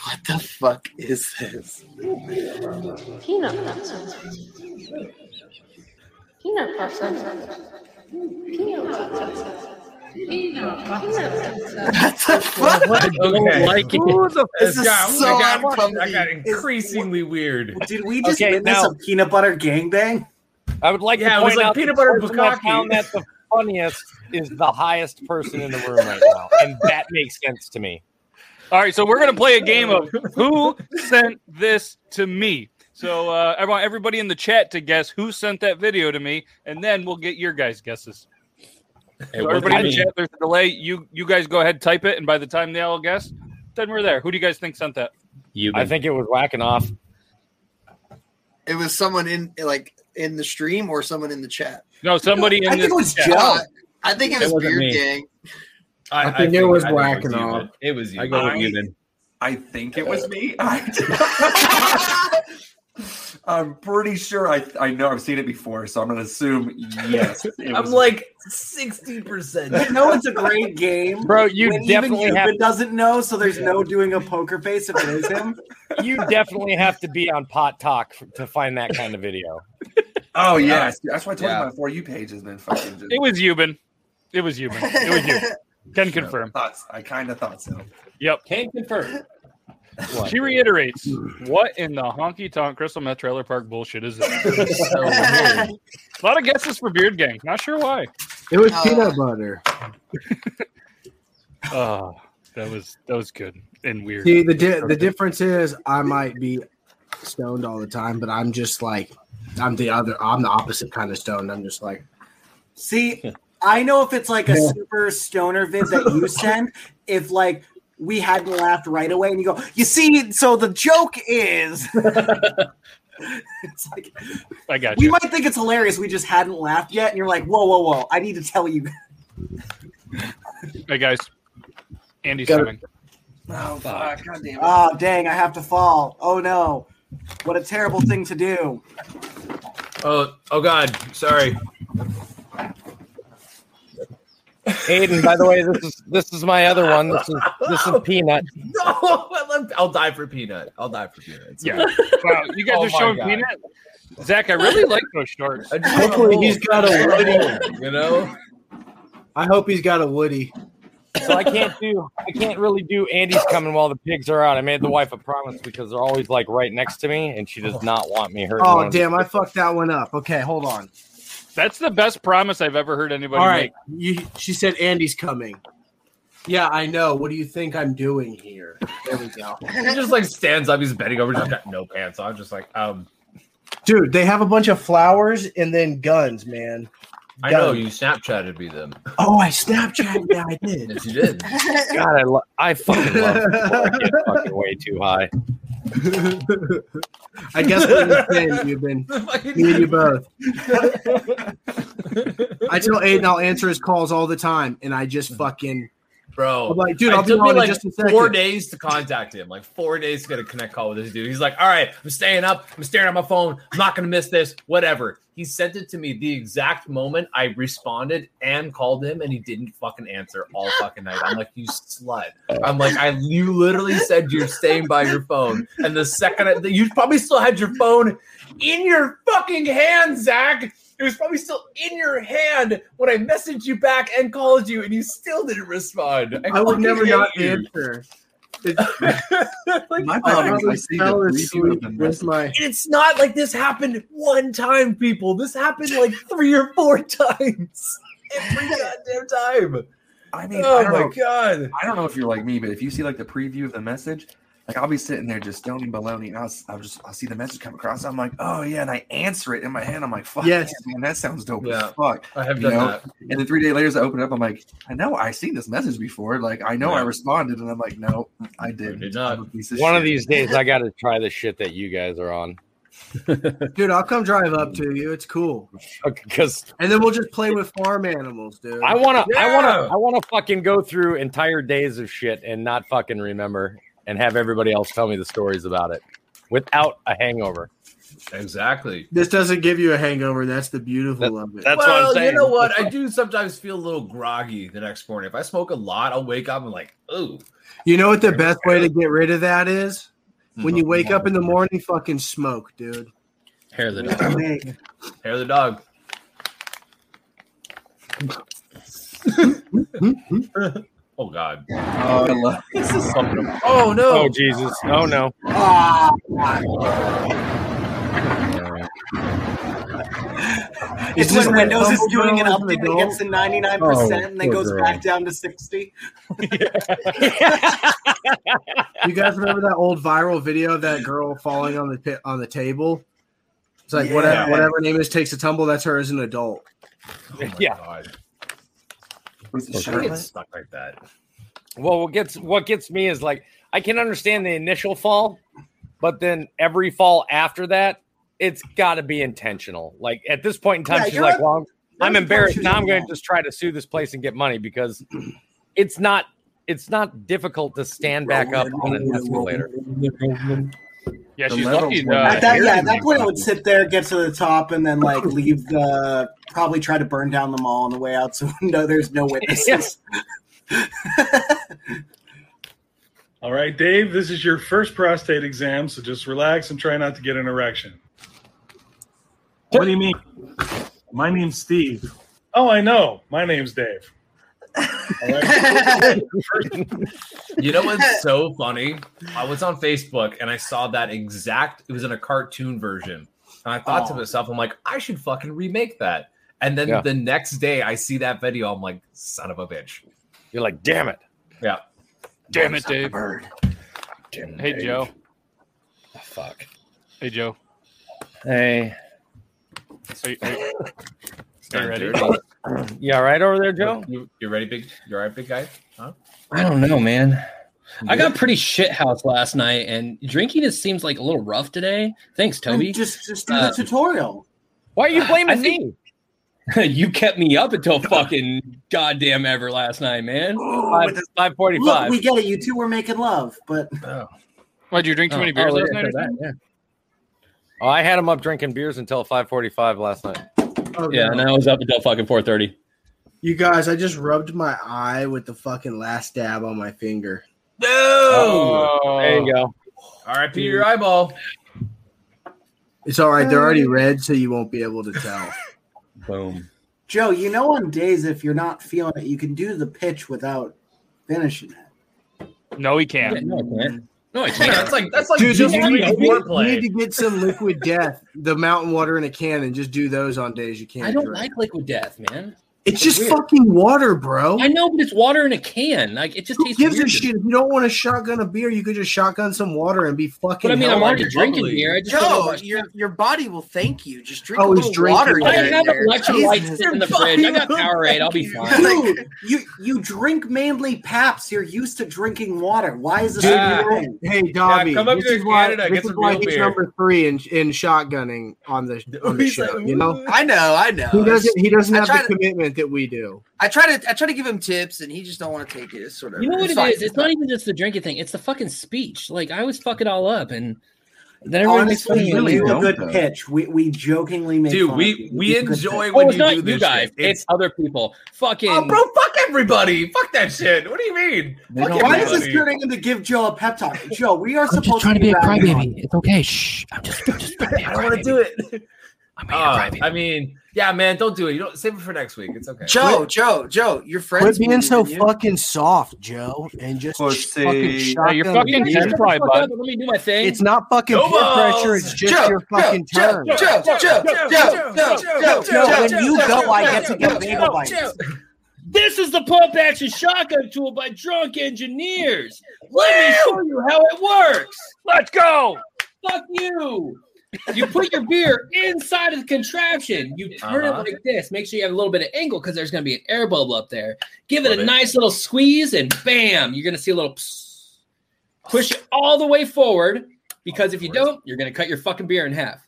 S4: What the fuck is this?
S12: Peanut butter. Peanut butter. Peanut butter. Peanut butter.
S9: I don't like it.
S18: Who the-
S9: This
S18: This
S9: got,
S18: is so
S9: I got, I got
S18: uncomfy.
S9: increasingly weird.
S1: Did we just
S9: Okay,
S1: witness
S9: now-
S1: a peanut butter gangbang?
S7: I would like
S9: Yeah,
S7: to
S9: it
S7: point
S9: was like
S7: out
S9: peanut
S7: the
S9: butter
S7: person I
S9: bukkake.
S7: found that the funniest is the highest person in the room right now, and that makes sense to me.
S6: All right, so we're gonna play a game of who sent this to me. So uh, I want everybody in the chat to guess who sent that video to me, and then we'll get your guys' guesses. So
S9: wasn't
S6: everybody in the
S9: me.
S6: chat, there's a delay. You you guys go ahead, type it, and by the time they all guess, then we're there. Who do you guys think sent that?
S7: You, I think it was whacking off.
S4: It was someone in like in the stream or someone in the chat.
S6: No, somebody in
S4: I
S6: this
S4: think it was
S6: chat.
S4: Joe. I think it was
S9: Oh. wasn't
S4: Beard
S9: me.
S4: Gang.
S9: I,
S5: think it was
S9: I
S5: whacking
S9: think you,
S5: off.
S9: but It was you.
S5: I go with you
S9: then.
S3: I think it
S4: Uh.
S3: was me. *laughs* I'm pretty sure I I know I've seen it before, so I'm gonna assume yes. it
S9: I'm
S3: was
S9: like sixty percent.
S1: You know it's a great game,
S7: Bro, you
S1: when
S7: definitely
S1: even
S7: have-
S1: Cupid doesn't know, so there's no doing a poker face if it is
S5: *laughs*
S1: him.
S7: You definitely have to be on Pot Talk f- to find that kind of video.
S3: Oh yes, that's why I told
S7: Yeah.
S3: you my for you page has been fucking. Just,
S6: It was Euban. It was Euban.
S4: *laughs*
S6: It was
S3: *laughs*
S6: you. Can confirm.
S3: Thoughts. I kind of thought so.
S6: Yep. Can confirm.
S3: What?
S6: She reiterates, "What in the honky tonk Crystal Met Trailer Park bullshit is this?"
S5: *laughs*
S9: So weird.
S6: A lot of guesses for Beard Gang. Not sure why.
S5: It was
S6: Uh,
S5: peanut butter.
S6: Oh, that was that was good and weird.
S5: See, the di- the difference is I might be stoned all the time, but I'm just like I'm the other. I'm the opposite kind of stoned. I'm just like
S1: See, I know if it's like a
S5: Yeah.
S1: super stoner vid that you send, if like we hadn't laughed right away and you go, you see, so the joke
S5: *laughs*
S1: is it's like
S6: I got
S1: we
S6: you.
S1: might think it's hilarious, we just hadn't laughed yet, and you're like, whoa, whoa, whoa, I need to tell you.
S6: Hey guys, Andy's
S1: Got it.
S6: coming.
S1: Oh
S4: fuck, god damn it.
S1: Oh dang, I have to fall. Oh no. What a terrible thing to do.
S9: Oh, oh God! Sorry.
S7: Aiden, by the way, this is this is my other one. This is this is Peanut.
S9: *laughs* No, I love- I'll die for peanut. I'll die for peanut. It's
S6: Yeah.
S9: okay.
S6: Wow, you guys
S9: Oh
S6: are
S9: my
S6: showing
S9: God.
S6: peanut. Zach, I really like those shorts.
S9: I just want
S5: Hopefully
S9: roll.
S5: he's got a
S9: Roll, You know,
S5: I hope he's got a Woody.
S7: So I can't do I can't really do Andy's coming while the pigs are out. I made the wife a promise because they're always like right next to me, and she does not want me hurting.
S5: Oh
S7: one of the-
S5: damn! I fucked that one up. Okay, hold on.
S6: That's the best promise I've ever heard anybody
S5: All
S6: make.
S5: right, you, she said Andy's coming. Yeah, I know. What do you think I'm doing here? There we go,
S9: he just like stands up. He's bending over. He's got no pants on. Just like um,
S5: dude. They have a bunch of flowers and then guns, man.
S9: I know
S5: Guns.
S9: you Snapchatted me them.
S5: Oh, I Snapchat. Yeah, I did.
S9: Yes, *laughs* you did.
S7: God, I, lo- I fucking
S5: *laughs*
S7: love people that get fucking way too high.
S5: I guess what you said, you've *laughs* been me and you *laughs* both. I tell Aiden I'll answer his calls all the time, and I just fucking
S9: Bro,
S5: I'm like, dude,
S9: it
S5: I'll be
S9: took
S5: on
S9: me
S5: in
S9: like
S5: just a second.
S9: four days to contact him. Like four days to get a connect call with this dude. He's like, all right, I'm staying up. I'm staring at my phone. I'm not gonna miss this. Whatever. He sent it to me the exact moment I responded and called him, and he didn't fucking answer all fucking night. I'm like, you slut. I'm like, I you literally said you're staying by your phone, and the second I, you probably still had your phone in your fucking hand, Zach. It was probably still in your hand when I messaged you back and called you, and you still didn't respond.
S5: I would
S9: fucking
S5: never
S9: hate
S5: not
S9: you.
S5: answer.
S9: *laughs*
S3: My
S9: oh,
S3: bad.
S9: my
S3: I see the
S5: Fell
S3: preview
S5: asleep
S3: of the
S5: with
S3: message.
S5: my
S9: And it's not like this happened one time, people. This happened like *laughs* three or four times. *laughs*
S3: *laughs*
S9: Every goddamn time.
S3: I mean,
S9: oh
S3: I don't
S9: my
S3: know.
S9: god.
S3: I don't know if you're like me, but if you see like the preview of the message, Like I'll be sitting there just stony baloney, and I'll, s- I'll just I'll see the message come across. I'm like, oh yeah, and I answer it in my head. I'm like, fuck,
S5: Yes.
S3: yeah, man, that sounds dope
S5: Yeah.
S3: as fuck.
S5: I have
S3: You
S5: done
S3: know?
S5: that.
S3: And then three days later, I open it up. I'm like, I know I seen this message before. Like I know I
S7: Yeah.
S3: responded, and I'm like, no, I didn't. I'm a piece
S7: One of
S3: shit.
S7: these days, I got to try the shit that you guys are on.
S5: *laughs* dude. I'll come drive up to you. It's
S9: *laughs*
S5: cool.
S7: Because
S5: and then we'll just play with farm animals, dude.
S7: I want to, I want
S5: Yeah.
S7: to, I want to fucking go through entire days of shit and not fucking remember, and have everybody else tell me the stories about it without a hangover.
S9: Exactly.
S5: This doesn't give you a hangover. That's the beautiful of it.
S9: well, you know
S3: *laughs*
S9: what? I do sometimes feel a little groggy the next morning. If I smoke a lot, I'll wake up and like, oh,
S5: You know what the best way to get rid of that is? When
S10: Mm-hmm.
S5: you wake up in the morning, fucking smoke, dude.
S6: Hair of the
S5: dog.
S9: hair of the dog. *laughs* oh God.
S3: Oh, I
S9: Um,
S3: love-
S9: Oh, no.
S7: Oh Jesus! Oh no!
S10: Ah.
S1: It's,
S7: It's just
S1: when
S7: when
S1: Windows is
S7: Humble
S1: doing an
S7: Bundle is
S1: update
S7: an
S1: that gets to 99%
S7: Oh,
S1: and then
S7: poor
S1: goes
S7: girl.
S1: back down to 60.
S5: You guys remember that old viral video of that girl falling on the pit on the table? It's like whatever
S7: Yeah.
S5: whatever her name is takes a tumble. That's her as an adult.
S7: *laughs* yeah.
S9: I get stuck like that.
S7: Well, what gets what gets me is like I can understand the initial fall, but then every fall after that, it's got to be intentional. Like at this point in time,
S9: Yeah,
S7: she's
S9: you're
S7: like,
S9: up-
S7: "Well, I'm
S9: you're
S7: embarrassed.
S9: up-
S7: Now I'm going to just try to sue this place and get money because it's not it's not difficult to stand back up on an escalator."
S16: *laughs*
S6: Yeah,
S7: The
S6: she's
S7: levels
S6: lucky.
S7: were
S6: uh,
S7: not
S1: at that, yeah, at
S6: Harry-
S1: that point, I would sit there, get to the top, and then like leave the probably try to burn down the mall on the way out so *laughs* no, there's no witnesses.
S17: All right, Dave, this is your first prostate exam, so just relax and try not to get an erection. What do you mean? My name's Steve. Oh, I know. My
S4: *laughs*
S17: name's Dave.
S9: You know what's so funny? I was on Facebook and I saw that exact. It was in a cartoon version, and I thought to
S6: Oh.
S9: myself, "I'm like, I should fucking remake that." And then
S6: Yeah.
S9: the next day, I see that video. I'm like, "Son of a bitch!"
S7: You're like, "Damn it!"
S9: Yeah.
S6: Damn it, Dave. Hey,
S9: Dave.
S6: Joe.
S7: fuck.
S6: Hey, Joe.
S7: Hey, *clears throat*
S6: So you, are
S9: *laughs*
S6: you, are you
S9: Sounds
S6: ready? Oh,
S9: dirty.
S7: you all right over there, Joe?
S9: You, you ready, big? You all right, big guy? Huh?
S10: I don't know, man. I got pretty shit house last night, and drinking just seems like a little rough today. Thanks, Toby. Uh,
S1: Just just
S10: do
S1: the tutorial.
S7: Why are you blaming me?
S10: *laughs* you kept me up until fucking goddamn ever last night,
S1: *gasps*
S10: man.
S1: Five-
S7: Five
S1: Look, we get it. You two were making love, but
S6: Why'd you drink too many beers last night? or something?
S7: Oh, I had him up drinking beers until 5:45 last night.
S5: Oh,
S10: Yeah,
S5: no.
S10: and I was up until fucking four thirty.
S5: You guys, I just rubbed my eye with the fucking last dab on my finger.
S9: Oh,
S7: there you go.
S9: All right, Peter, your eyeball.
S5: It's all right. They're already red, so you won't be able to tell.
S10: *laughs* Boom.
S1: Joe, you know on days if you're not feeling it, you can do the pitch without finishing it.
S6: No, he can't.
S10: no, I can't.
S6: No, I
S1: can't.
S9: That's like that's like
S5: Dude,
S9: just
S5: you,
S9: doing
S5: need, you need- you
S9: foreplay.
S5: need to get some liquid death, the mountain water in a can, and just do those on days you can't.
S10: I don't
S5: drink.
S10: like liquid death, man.
S5: It's just
S10: weird.
S5: fucking water, bro.
S10: I know, but it's water in a can. Like it just
S5: Who
S10: tastes
S5: gives
S10: weird.
S5: a shit? If you don't want to shotgun a beer, you could just shotgun some water and be fucking.
S10: But I mean, I'm
S5: healthy.
S10: already drinking beer. I just don't know
S4: Joe,
S10: about-
S4: your your body will thank you. Just drink
S5: Oh,
S4: a
S5: he's
S4: little
S5: drinking
S4: water.
S5: water.
S10: I
S4: here and
S10: have
S4: there.
S10: electrolytes
S4: Jesus.
S10: sitting in the fridge. I got Powerade. I'll be fine.
S1: Dude, you you drink mainly Paps. You're used to drinking water. Why is this?
S5: Dude,
S1: a
S5: you're-
S1: thing?
S5: hey Dobby,
S1: come up
S5: this
S1: here
S5: is
S1: in
S5: why,
S1: Canada,
S5: this
S1: get
S5: is
S1: some
S5: why
S1: real
S5: he's
S1: beer.
S5: number three in, in shotgunning
S1: *laughs*
S5: on the on the
S4: He's
S5: show.
S4: like,
S5: you know,
S4: I know, I know.
S5: He doesn't. He doesn't
S4: I
S5: have
S4: try
S5: the
S4: to-
S5: commitment that we do.
S4: I try to I try to give him tips, and he just don't want to take it. It's sort of
S10: You know what
S4: it's
S10: it
S4: fine.
S10: is? It's not even just the drinking thing. It's the fucking speech. Like I always fuck it all up, and then everyone makes fun of
S1: Honestly,
S10: me.
S1: you do a good pitch. We, we jokingly make
S10: Dude,
S1: fun
S10: we-
S1: of you.
S10: we
S1: You do a good
S10: enjoy
S1: pitch.
S10: when Oh, it's you not do you this guys. shit. It's It's- other people. Fucking
S9: Oh, bro, fuck everybody. Fuck that shit. What do you mean? Fuck
S1: Why is this
S9: everybody.
S1: turning into give Joe a pep talk? Joe, we are supposed
S10: Trying to be a
S1: rowdy.
S10: crybaby. It's okay. Shh. I'm just. I'm just
S9: I don't want to do *laughs* it. Uh, I mean, yeah, man, don't do it. You don't save it for next week. It's okay.
S4: Joe, Joe, Joe, your friends.
S5: Quit being so
S4: believe in you.
S5: fucking soft, Joe, and just
S3: Pussy.
S5: fucking
S3: Yeah,
S5: shotgun.
S3: you're fucking
S5: beer.
S3: too fly, bud. Let
S10: me do my thing.
S5: It's not fucking
S3: Go
S5: peer
S3: balls.
S5: pressure. It's just
S3: Joe,
S5: your
S3: Joe,
S5: fucking
S3: Joe,
S5: turn.
S3: Joe, Joe, Joe, Joe, Joe, Joe, Joe, Joe,
S5: Joe,
S3: Joe, Joe,
S5: when you
S3: Joe,
S5: go,
S3: Joe,
S5: I get to
S3: Joe,
S5: get
S3: Joe,
S5: bagel bites.
S3: Joe.
S10: This is the pump action shotgun tool by Drunk Engineers. Let me show you how it works. Let's go. Fuck you. You put your beer inside of the contraption. You turn
S9: Uh-huh.
S10: it like this. Make sure you have a little bit of angle because there's going to be an air bubble up there. Give it a nice little squeeze, and bam, you're going to see a little. pss. Push it all the way forward because if you don't, you're going to cut your fucking beer in half.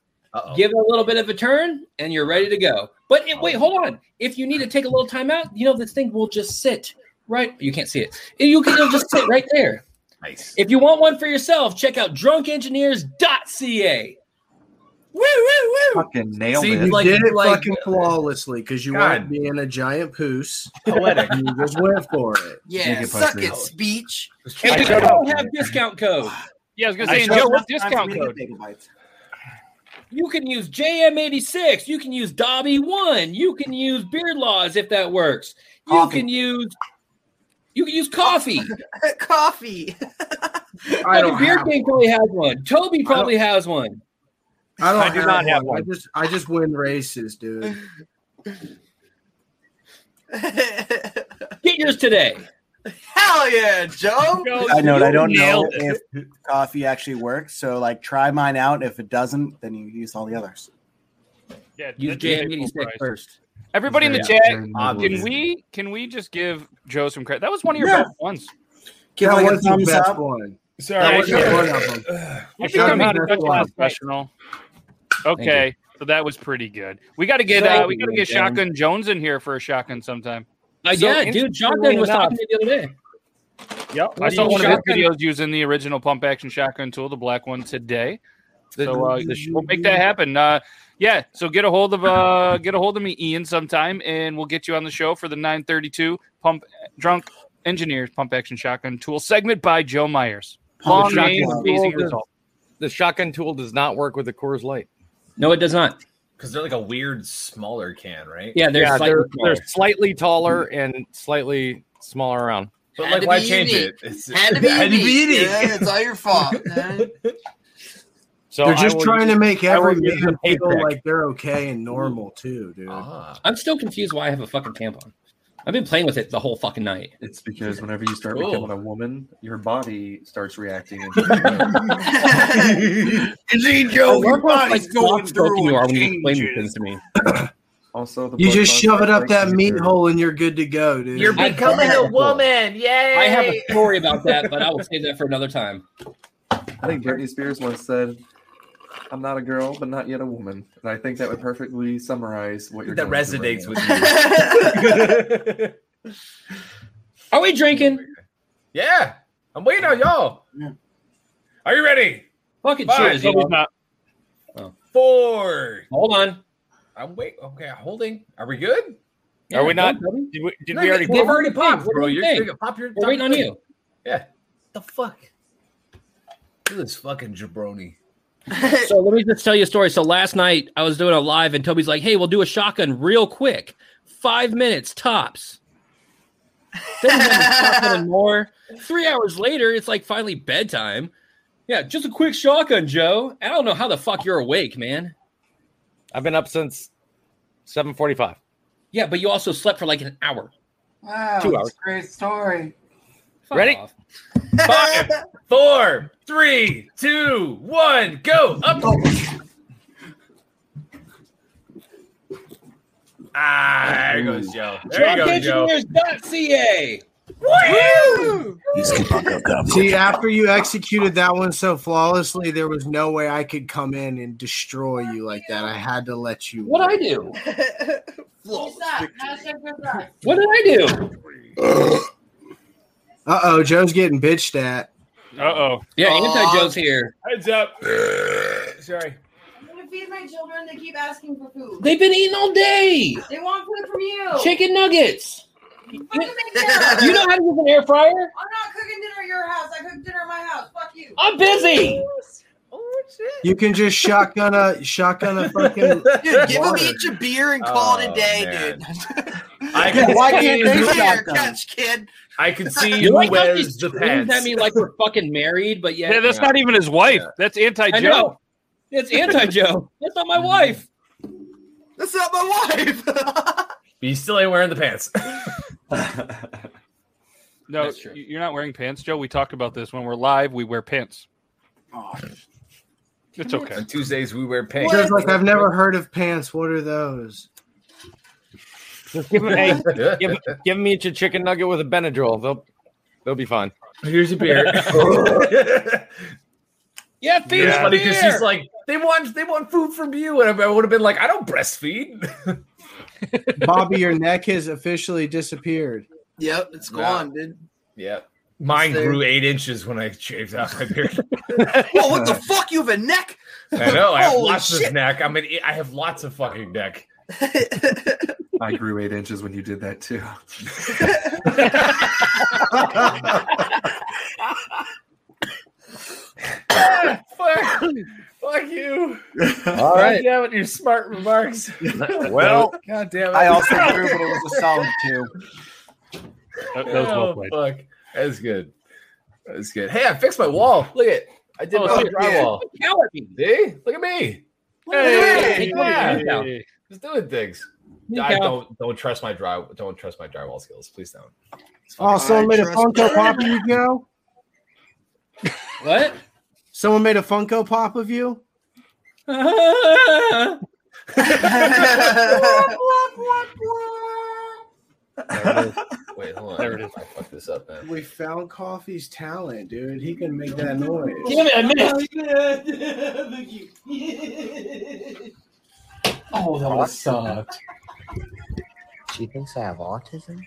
S10: Give it a little bit of a turn, and you're ready to go. But it,
S9: Oh.
S10: wait, hold on. If you need to take a little time out, you know this thing will just sit right. You can't see it. You can it'll just sit right there.
S9: Nice.
S10: If you want one for yourself, check out drunkengineers.ca. Woo woo woo!
S3: Fucking nailed
S5: See,
S3: it.
S5: you did it
S10: uh,
S5: fucking flawlessly because you weren't being a giant poos.
S10: Poetic.
S5: *laughs* You just went for it.
S10: Yeah,
S5: Make
S10: suck
S5: pussy.
S10: it,
S4: speech.
S10: And we don't have discount code.
S6: Yeah, I was
S1: gonna say, I and Joe, showed what enough discount time for me to code?
S10: You can use JM86. You can use Dobby One. You can use Beard Laws if that works. You can use you can use coffee.
S4: *laughs* coffee.
S10: I
S5: don't
S10: Beer
S5: have
S10: King probably has one. Toby probably has one.
S5: I don't
S10: I do not have
S5: I just I just win races, dude.
S10: Get yours today.
S4: Hell yeah, Joe. *laughs*
S1: I know. and I don't know if coffee actually works. So like, try mine out. If it doesn't, then you use all the others.
S6: Yeah,
S10: Use
S6: that's the
S10: JM86
S6: full price.
S10: first.
S6: Everybody in the
S1: Yeah,
S6: chat, uh,
S1: very noble
S6: can
S1: of
S6: we can we just give Joe some credit? That was one of your
S1: Yeah.
S6: best ones.
S5: Give
S1: That
S5: like a
S1: was the
S5: thumbs
S1: best
S5: up.
S1: one.
S6: Sorry,
S5: That was one
S1: *sighs*
S5: of them.
S6: I think
S5: That
S6: I'm
S5: was
S6: not
S5: the
S6: a
S5: best one.
S6: professional. Okay, so that was pretty good. We got to get
S10: Thank
S6: uh, we got to
S10: you,
S6: get
S10: Dan.
S6: Shotgun Jones in here for a shotgun sometime.
S10: Uh,
S6: So
S10: yeah, dude. Shotgun
S6: interestingly
S10: was
S6: enough-
S10: talking to me the other day.
S6: Yep, I
S10: Well,
S6: saw
S10: you-
S6: one of his
S10: shotgun-
S6: videos using the original pump action shotgun tool, the black one today. So uh, we'll make that happen. Uh, yeah, so get a hold of uh, get a hold of me, Ian, sometime, and we'll get you on the show for the 932 pump drunk engineers pump action shotgun tool segment by Joe Myers. Long
S7: The
S6: name,
S7: shotgun
S6: amazing
S7: tool does-
S6: result.
S7: The shotgun tool does not work with the Coors Light.
S10: No, it does not.
S9: Because they're like a weird smaller can, right?
S7: Yeah, they're slightly they're,
S9: smaller.
S7: slightly taller and slightly smaller around.
S9: But, like, Had to why be change unique. it? It's-
S4: Had to be
S7: Had to be
S4: unique.
S7: unique.
S4: Yeah, it's all your fault.
S7: So
S5: they're
S7: I
S5: just
S7: will-
S5: trying to make
S7: I will
S5: every
S7: give
S5: man
S7: them
S5: feel
S7: payback.
S5: like they're okay and normal too, dude.
S10: I'm still confused why I have a fucking tampon. I've been playing with it the whole fucking night.
S3: It's because whenever you start
S10: Cool.
S3: becoming a woman, your body starts
S5: *laughs*
S3: reacting.
S10: *laughs* See, Joe, your body's going through you are when you explain these things to me.
S3: also, the
S5: You
S3: blood
S5: just
S3: clots
S5: shove it up
S3: break
S5: that
S3: easier.
S5: meat hole and you're good to go, dude.
S10: You're I becoming a
S9: woman. Yay.
S10: I have a story about that, but I will save that for another time.
S3: I think Britney Spears once said, "I'm not a girl, but not yet a woman," and I think that would perfectly summarize what you're.
S9: That
S3: going through
S9: resonates
S3: right
S9: with
S3: now.
S10: Are we drinking?
S9: Yeah. I'm waiting on y'all. Are you ready?
S10: Fucking
S9: Five, Oh.
S10: cheers, y'all.
S9: Four.
S10: Hold on.
S9: I'm wait. Okay, I'm holding. Are we good?
S7: Are we not?
S10: Did
S7: we, did
S9: No,
S7: we already?
S9: we've
S7: pop?
S9: already popped,
S7: What do
S9: bro.
S7: you
S9: You're
S7: think?
S9: you're gonna pop your.
S7: We're waiting on you.
S9: Yeah. The fuck? Look at this fucking jabroni.
S10: so let me just tell you a story. So last night I was doing a live, and Toby's like, "Hey, we'll do a shotgun real quick, five minutes tops." Doesn't have a shotgun anymore. Three hours later, it's like finally bedtime. Yeah, just a quick shotgun, Joe. I don't know how the fuck you're awake, man.
S7: I've been up since seven forty-five.
S10: Yeah, but you also slept for like an hour.
S1: Wow,
S7: Two hours.
S1: that's a great story.
S7: Ready?
S9: Five, four, three, two, one, go up. Ah, there goes Joe. There you go, Joe.
S10: Engineers.ca.
S9: Woo!
S5: See, after you executed that one so flawlessly, there was no way I could come in and destroy you like that. I had to let you.
S10: What
S14: *laughs*
S10: I do?
S14: Hashtag
S10: What did I do?
S5: Uh oh, Joe's getting bitched at.
S6: Uh oh.
S10: Yeah, anti Joe's here.
S9: Ah. Heads up. Sorry.
S14: I'm gonna feed my children. They keep asking for food.
S10: They've been eating all day.
S14: They want food from you.
S10: *laughs* Chicken nuggets.
S14: Fucking
S10: You
S14: make dinner.
S10: you know how to use an air
S14: *laughs*
S10: fryer?
S14: I'm not cooking dinner at your house. I cook dinner at my house. Fuck you.
S10: I'm busy.
S14: Oh shit.
S5: You can just shotgun a shotgun
S10: *laughs*
S5: a fucking.
S4: Dude, give them
S5: water.
S4: each a beer and call it
S5: Oh,
S4: a day,
S5: man.
S4: dude.
S9: I
S5: Yeah,
S9: can
S5: why
S9: see
S5: can't they
S9: who-
S5: shotgun?
S4: Catch, kid.
S9: I can
S6: *laughs*
S9: see
S10: You
S9: who
S10: like how
S9: wears
S10: she's
S9: the
S10: screams
S9: pants.
S10: at me like we're fucking married, but yet
S6: Yeah, that's not even his wife. That's anti
S10: I
S6: Joe.
S10: know. It's anti *laughs* Joe. That's not my wife.
S4: That's not my wife.
S9: But you still ain't wearing the pants.
S6: *laughs* No, you- you're not wearing pants, Joe. We talked about this when we're live. We wear pants. It's okay.
S9: On Tuesdays we wear pants.
S5: Joe's like, I've never heard of pants. What are those?
S7: Just give them,
S5: *laughs*
S7: hey, give, give 'em each a chicken nugget with a Benadryl. They'll they'll be fine.
S9: Here's a beer.
S10: yeah,
S9: feed it's funny because she's like, they want they want food from you, and I would have been like, I don't breastfeed.
S5: Bobby, your neck has officially disappeared.
S4: Yep, it's
S9: Nah.
S4: gone, dude.
S9: yeah, mine
S4: It's there.
S9: grew eight inches when I shaved off my
S4: *laughs*
S9: beard.
S4: Whoa, what the fuck? You have a neck?
S9: *laughs* I know. I have
S4: Holy
S9: lots
S4: shit.
S9: of neck. I mean, I have lots of fucking neck.
S3: *laughs* I grew eight inches when you did that too.
S9: *coughs* fuck, fuck you.
S7: All right.
S10: *laughs*
S9: God damn it, your smart
S1: *laughs*
S9: remarks.
S7: Well,
S9: *laughs* God damn it.
S1: I also grew, but it was a solid
S9: *laughs*
S1: two. that
S9: That,
S1: was well
S9: oh, fuck. That was good. That was good. Hey, I fixed my wall.
S6: *laughs*
S9: Look at I did
S18: Oh,
S9: my own
S18: shit.
S9: drywall. See? Look at me. Hey,
S18: Hey.
S9: yeah.
S18: Hey.
S9: Just doing things.
S18: Look
S9: I
S18: out.
S9: don't don't trust my dry don't trust my drywall skills. Please don't.
S5: Oh, someone made a
S9: trust-
S5: Funko Pop of you, Joe?
S10: What?
S5: Someone made a Funko Pop
S18: *laughs*
S5: of you?
S9: Wait, hold on. There it is. I fucked this up now.
S5: We found Coffee's talent, dude. He can make that noise.
S18: Damn it, I missed.
S4: *laughs*
S1: *laughs*
S9: Oh, that
S18: would've
S9: sucked.
S18: She thinks I have autism.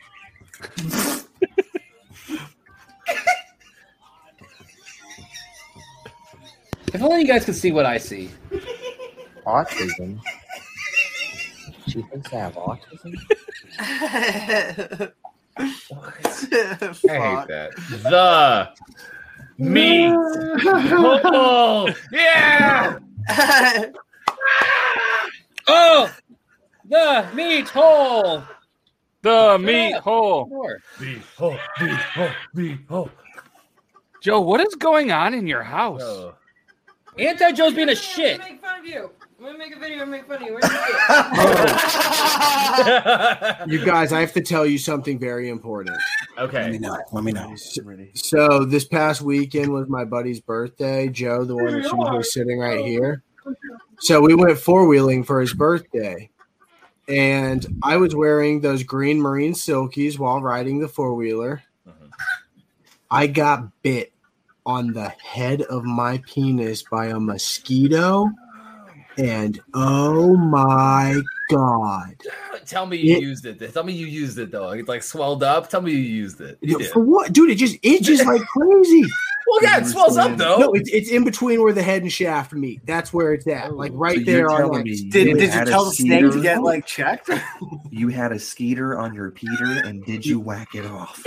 S10: If only you guys could see what I see.
S18: Autism. She thinks I have autism.
S9: I hate that.
S8: *laughs*
S9: The meat. *laughs* Oh, yeah.
S10: Oh, the meat hole.
S6: The meat hole.
S9: Meat
S10: *laughs*
S9: hole. Meat hole. Meat hole.
S6: Joe, what is going on in your house?
S9: Oh.
S10: Anti Joe's being a shit.
S14: Make fun of you. I'm gonna make a video and make fun of you. We're
S11: *laughs*
S14: gonna do it.
S5: You guys, I have to tell you something very important.
S9: Okay. Let me
S1: know. Let me know.
S5: So this past weekend was my buddy's birthday, Joe, the one that's usually sitting right here. So we went four wheeling for his birthday. And I was wearing those green marine silkies while riding the four wheeler. I got bit on the head of my penis by a mosquito. And oh my God.
S9: Tell me you
S5: It-
S9: used it. Tell me you used it though. It's like swelled up. Tell me you used it. You
S5: Yeah,
S9: did.
S5: For what, dude? It just itches like crazy.
S9: Well, yeah, it swells up, though.
S5: No, it's, it's in between where the head and shaft meet. That's where it's at, like right
S3: Oh, So you're
S5: there. On
S3: telling
S5: like,
S3: me you
S1: Did, did you
S3: had a
S1: tell the snake to
S3: cedar? *laughs*
S1: get like checked?
S3: You had a skeeter on your Peter, and did you whack it off?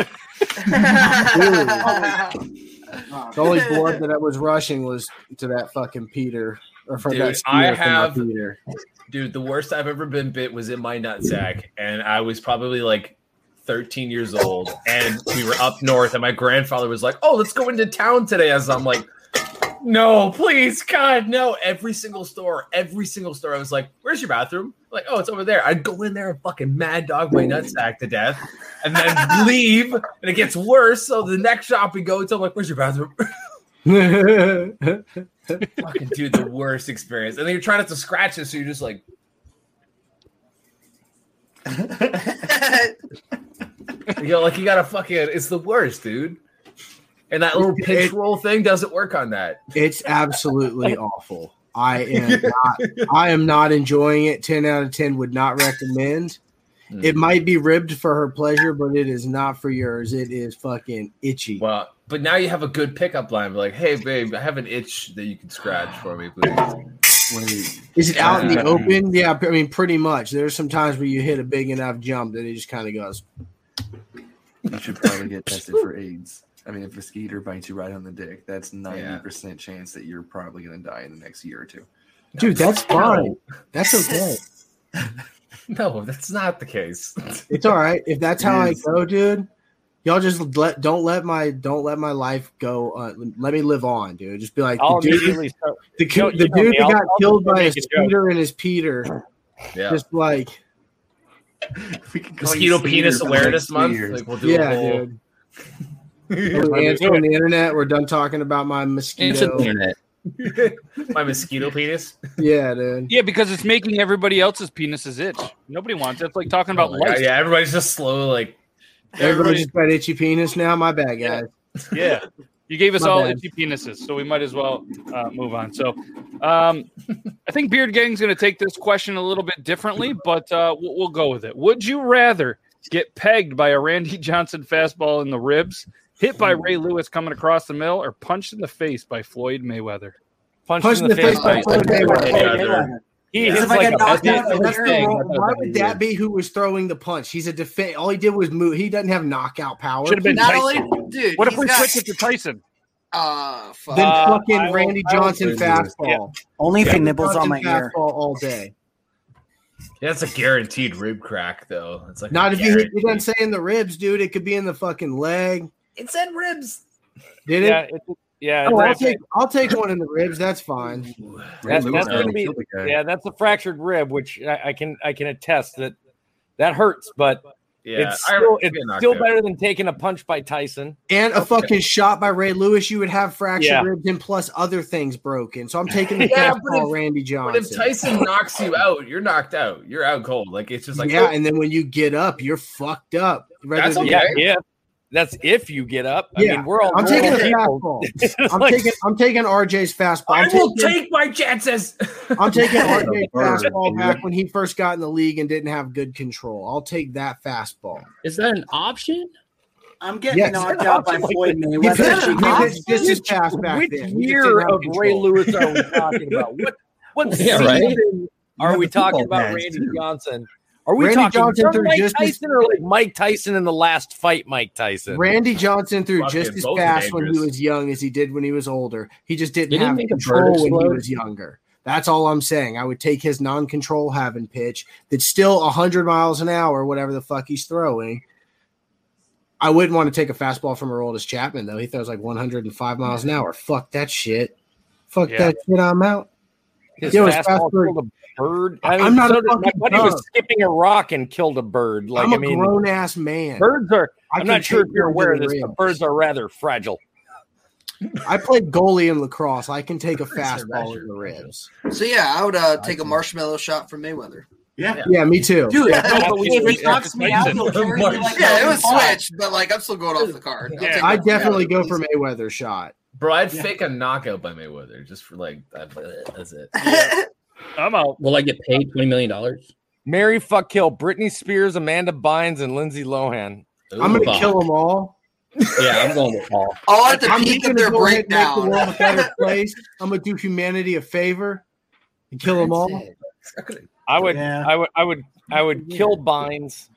S10: Oh
S5: the only board that I was rushing was to that fucking Peter or from
S9: Dude,
S5: that. steer
S9: I
S5: from my
S9: have-
S5: Peter.
S9: Dude, the worst I've ever been bit was in my nutsack, and I was probably like 13 years old, and we were up north, and my grandfather was like, "Oh, let's go into town today." As I'm like, "No, please, God, no!" Every single store, every single store, I was like, "Where's your bathroom?" Like, "Oh, it's over there." I'd go in there and fucking mad dog my nutsack to death, and then *laughs* leave, and it gets worse. So the next shop we go to, I'm like, "Where's your bathroom?" *laughs* Fucking dude, the worst experience. And then you're trying not to scratch it, so you're just like. you know, like you gotta fucking. It's the worst, dude. And that little pinch roll thing doesn't work on that.
S5: It's absolutely awful. I
S9: *laughs*
S5: am not. I am not enjoying it. Ten out of ten would not recommend.
S9: Hmm.
S3: Mm.
S5: It might be ribbed for her pleasure, but it is not for yours. It is fucking itchy.
S9: Well, but now you have a good pickup line. Like, hey, babe, I have an itch that you can scratch for me, please.
S5: Is it out in the
S9: Yeah.
S5: open? Yeah, I mean, pretty much. There's some times where you hit a big enough jump that it just kind of goes.
S3: You should probably get tested
S7: *laughs*
S3: for AIDS. I mean, if a skeeter bites you right on the dick, that's ninety percent chance that you're probably going to die in the next year or two.
S5: Dude, *laughs* that's fine. That's okay.
S9: *laughs* No, that's not the case.
S5: It's all right. If that's how I
S9: Yes.
S5: go, dude. Y'all just let don't let my don't let my life go. Uh, let me live on, dude. Just be like
S7: I'll
S5: the
S7: immediately
S5: dude,
S7: start-
S5: the,
S7: You know-
S5: dude- the
S7: you know
S5: dude
S7: me,
S5: that
S7: I'll-
S5: got
S7: I'll
S5: killed by a
S7: make a joke.
S5: Peter and his Peter.
S9: Yeah.
S5: Just like
S9: Mosquito penis awareness month. Like we'll do
S5: yeah,
S9: a whole. *laughs*
S5: dude. we answer on the internet. We're done talking about my
S9: Answer
S5: mosquito.
S9: the internet. My mosquito penis.
S5: Yeah, dude.
S6: Yeah, because it's making everybody else's penises itch. Nobody wants it. It's like talking about life.
S9: Oh yeah, everybody's just slow. Like
S5: Everybody's just got itchy penis now. My bad, guys.
S6: yeah. *laughs* You gave us
S5: My
S6: all
S5: bad.
S6: itchy penises, so we might as well uh, move on. So, um, I think Beard Gang's going to take this question a little bit differently, but uh, we'll, we'll go with it. Would you rather get pegged by a Randy *laughs* Johnson fastball in the ribs, hit by
S5: Hmm.
S6: Ray Lewis coming across the mill, or punched in the face by Floyd Mayweather?
S7: Punched
S5: Punch in the face by Floyd Mayweather.
S7: He
S5: Because if
S7: hits
S5: I
S7: like
S5: get
S7: a
S5: knocked
S7: big
S5: out, that's the
S7: thing.
S5: wrong-
S7: I thought
S5: Why
S7: that
S5: would
S7: was
S5: that be who was throwing the punch? He's a defense. All he did was move. He doesn't have knockout power.
S6: Should have been
S5: Not
S6: Tyson.
S5: only-
S4: dude,
S6: what if we
S5: he's got-
S6: switch it to Tyson?
S4: Uh, fuck.
S5: Then
S6: Uh,
S5: fucking
S6: I will-
S5: Randy
S6: I will
S5: Johnson
S6: agree with you.
S5: fastball.
S6: Yeah.
S1: Only if he
S5: Randy
S1: nibbles on
S5: Johnson
S1: my ear.
S5: fastball all day.
S9: that's a guaranteed rib crack, though. It's like
S5: Not
S9: a
S5: if you hit.
S9: guaran-
S5: It doesn't say in the ribs, dude. It could be in the fucking leg.
S9: It said ribs.
S5: Did it?
S7: Yeah, it- *laughs* yeah.
S5: Oh, I'll
S7: that's-
S5: take I'll take one in the ribs. That's fine.
S7: That's, that's gonna be yeah. That's a fractured rib, which I, I can I can attest that that hurts, but
S5: Yeah,
S7: it's
S5: I-
S7: still,
S5: I
S7: it's
S5: get knocked
S7: still
S5: out.
S7: better than taking a punch by Tyson.
S5: And a fucking shot by Ray Lewis, you would have fractured
S7: Yeah.
S5: ribs and plus other things broken. So I'm taking the
S9: Yeah, but
S5: fastball,
S9: if-
S5: Randy
S9: But if
S5: Johnson.
S9: Tyson knocks you out, you're knocked out. You're out cold. Like it's just like
S5: yeah,
S9: oh,
S5: and then when you get up, you're fucked up. Rather
S7: That's
S5: than-
S7: okay. Yeah, that's if you get up. I
S5: Yeah.
S7: mean, we're all.
S5: I'm
S7: we're
S5: taking
S7: all
S5: a
S7: people. *laughs*
S5: fastball. I'm taking I'm taking RJ's fastball.
S9: I
S5: I'm
S9: will
S5: taking-
S9: take my chances.
S5: I'm taking
S7: *laughs*
S9: *laughs*
S5: RJ's
S9: Bird,
S5: fastball
S9: dude.
S5: back when he first got in the league and didn't have good control. I'll take that fastball.
S10: Is that an option?
S1: I'm getting *laughs*
S5: Yes.
S1: knocked out by Floyd
S5: He pitched- he
S1: Mayweather.
S5: pitched just his
S4: *laughs*
S5: pass back
S7: Which
S5: then. He just
S7: year
S5: didn't have
S7: of Ray
S5: control.
S7: Lewis
S5: *laughs*
S7: are we talking about? What what
S5: Yeah, right.
S7: season are
S5: Not
S7: we
S5: the
S7: talking
S5: football
S7: about
S5: pads,
S7: Randy
S5: too.
S7: Johnson? Are we
S5: Randy
S7: talking
S5: Johnson
S7: from
S5: through
S7: Mike
S5: just his-
S7: Tyson or like Mike Tyson in the last fight? Mike Tyson.
S5: Randy Johnson threw
S7: Fucking
S5: just as
S7: both
S5: fast when he
S7: dangerous.
S5: was young as he did when he was older. He just didn't
S7: Did he
S5: have
S7: make a bird
S5: control when he
S7: explode?
S5: was younger. That's all I'm saying. I would take his non-control having pitch that's still 100 miles an hour, whatever the fuck he's throwing. I wouldn't want to take a fastball from our oldest Chapman though. He throws like 105 miles an hour. Fuck that shit. Fuck
S7: Yeah.
S5: that shit. I'm out.
S7: His
S5: Yo, his
S7: fastball
S5: fastball-
S7: killed a bird. I
S5: I'm not a
S7: did- my
S5: fucking
S7: buddy was
S5: dog.
S7: skipping a rock and killed a bird. Like
S5: I'm
S7: I
S5: a
S7: mean,
S5: grown ass man.
S7: birds are.
S5: I
S7: I'm not
S5: can
S7: sure if
S5: take
S7: you're
S5: birds
S7: aware of
S5: to the
S7: this, but
S5: rim.
S7: birds are rather fragile.
S5: I played goalie in lacrosse. I can
S7: *laughs*
S5: take a fastball in the ribs.
S4: So yeah, I would uh, take a marshmallow shot from Mayweather.
S5: Yeah. me too.
S1: Dude, if he knocks me out, he'll
S7: *laughs*
S1: carry me like oh,
S4: yeah, it was
S1: I'll be fine.
S4: switched, but like I'm still going off the card. I'll take
S5: I
S4: that.
S5: definitely go for Mayweather shot.
S9: Bro, I'd fake a knockout by Mayweather just for like I- that's it.
S6: I'm out.
S10: Will I get paid twenty million dollars?
S7: Mary fuck kill Britney Spears, Amanda Bynes, and Lindsay Lohan.
S5: I'm gonna kill them all.
S10: Yeah, I'm going
S5: *laughs*
S10: with Paul.
S4: All at the
S5: I'm
S4: peak
S5: just
S4: of
S5: gonna
S4: their
S5: go ahead and make the
S4: breakdown.
S5: world a
S4: *laughs*
S5: better place. I'm gonna do humanity a favor and kill them all.
S7: I would, I would, I would, I would kill Bynes.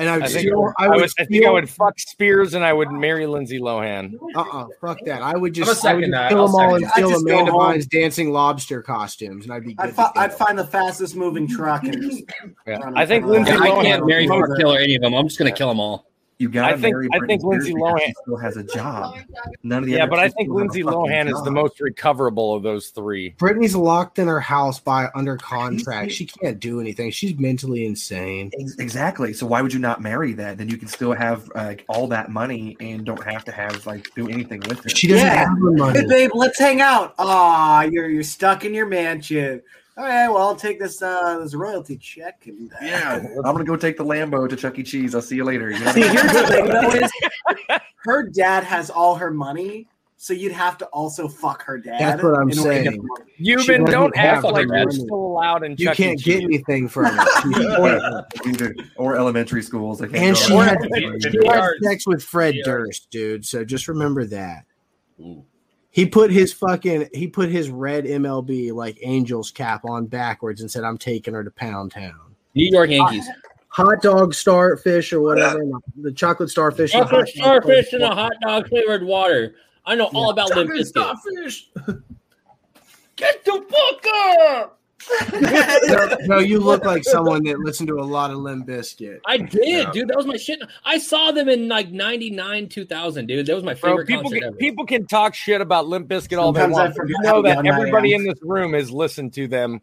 S5: And I would
S7: think,
S5: steal- I
S7: I,
S5: would
S7: would, I think I
S5: steal-
S7: would fuck Spears and I would marry Lindsay Lohan.
S5: Uh uh fuck that. I would
S7: I'm a
S5: just, I
S7: second
S5: would just
S7: that.
S5: kill
S7: I'll
S5: them all
S7: second
S5: and
S7: that.
S5: steal
S7: I'd just go
S5: Amanda
S7: home.
S5: Bynes dancing lobster costumes, and I'd be
S1: I'd,
S5: good.
S1: fi- I'd find the fastest moving truck and just
S7: I think Lindsay
S10: Yeah, I can't
S7: Lohan.
S10: marry or kill or any of them. I'm just gonna kill them all.
S3: You gotta
S7: *laughs* I think-
S3: marry
S7: I
S3: Britney
S7: think
S3: Spears
S7: Lindsay
S3: because
S7: Lohan-
S3: she still has a job. None of the
S7: Yeah,
S3: other
S7: but I
S3: kids
S7: think
S3: still have a
S7: Lindsay
S3: fucking
S7: Lohan is
S3: job.
S7: the most recoverable of those three.
S5: Brittany's locked in her house by under contract. She can't do anything. She's mentally insane.
S3: Exactly. So why would you not marry that? Then you can still have like all that money and don't have to have like do anything with
S5: *laughs*
S3: it.
S5: She doesn't have the money.
S7: *laughs*
S1: Hey, babe, let's hang out. Aw, you're you're stuck in your mansion. All right, well, I'll take this uh this royalty check. And, uh, *laughs*
S3: Yeah, I'm gonna go take the Lambo to Chuck E. Cheese. I'll see you later. You know?
S1: See, here's the thing though is her dad has all her money, so you'd have to also fuck her dad.
S5: That's what I'm
S1: in order to get
S5: saying.
S1: the money.
S5: She
S7: Euban,
S5: doesn't
S7: don't
S5: have
S7: act like
S5: the
S7: you're
S5: money.
S7: still allowed in
S5: You
S7: Chuck E.
S5: can't get anything from
S7: *laughs*
S5: her. She's *laughs* pointless.
S3: Either or elementary schools. They can't
S5: And
S3: go
S5: she
S3: around.
S5: had, she
S7: *laughs*
S5: had sex with Fred Durst, dude. So just remember that. He put his fucking he put his red MLB like Angels cap on backwards and said, "I'm taking her to Pound Town."
S10: New York Yankees.
S5: Hot dog starfish or whatever, and the chocolate starfish. and
S10: Chocolate
S5: hot dog
S10: starfish in a
S5: flavor.
S10: hot dog flavored water. I know all about Limp Bizkit.
S16: Get the fuck up!
S5: No, you look like someone that listened to a lot of Limp Biscuit.
S10: I did, dude. That was my shit. I saw them in like '99, 2000, dude. That was my
S7: Bro,
S10: favorite
S7: people
S10: concert
S7: can,
S10: ever.
S7: people can talk shit about Limp Bizkit all they
S10: Sometimes I
S7: want. but You
S10: forget
S7: know
S10: how
S7: that
S10: young I
S7: everybody
S10: am.
S7: in this room has listened to them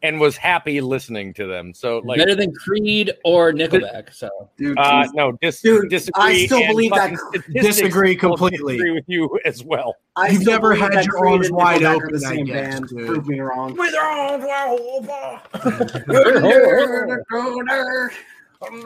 S7: and was happy listening to them. So like
S10: better than Creed or Nickelback. So
S7: uh, no, dis- disagree.
S10: I still
S7: and
S10: believe that-
S7: fucking statistics
S5: Disagree
S7: will
S5: completely.
S7: Disagree with you *laughs* as well.
S5: I You've still never believe had that your Creed arms and wide Nickelback are open, the I same guess, band. dude. Prove
S1: me wrong.
S16: With their own flower.
S7: Nickelback's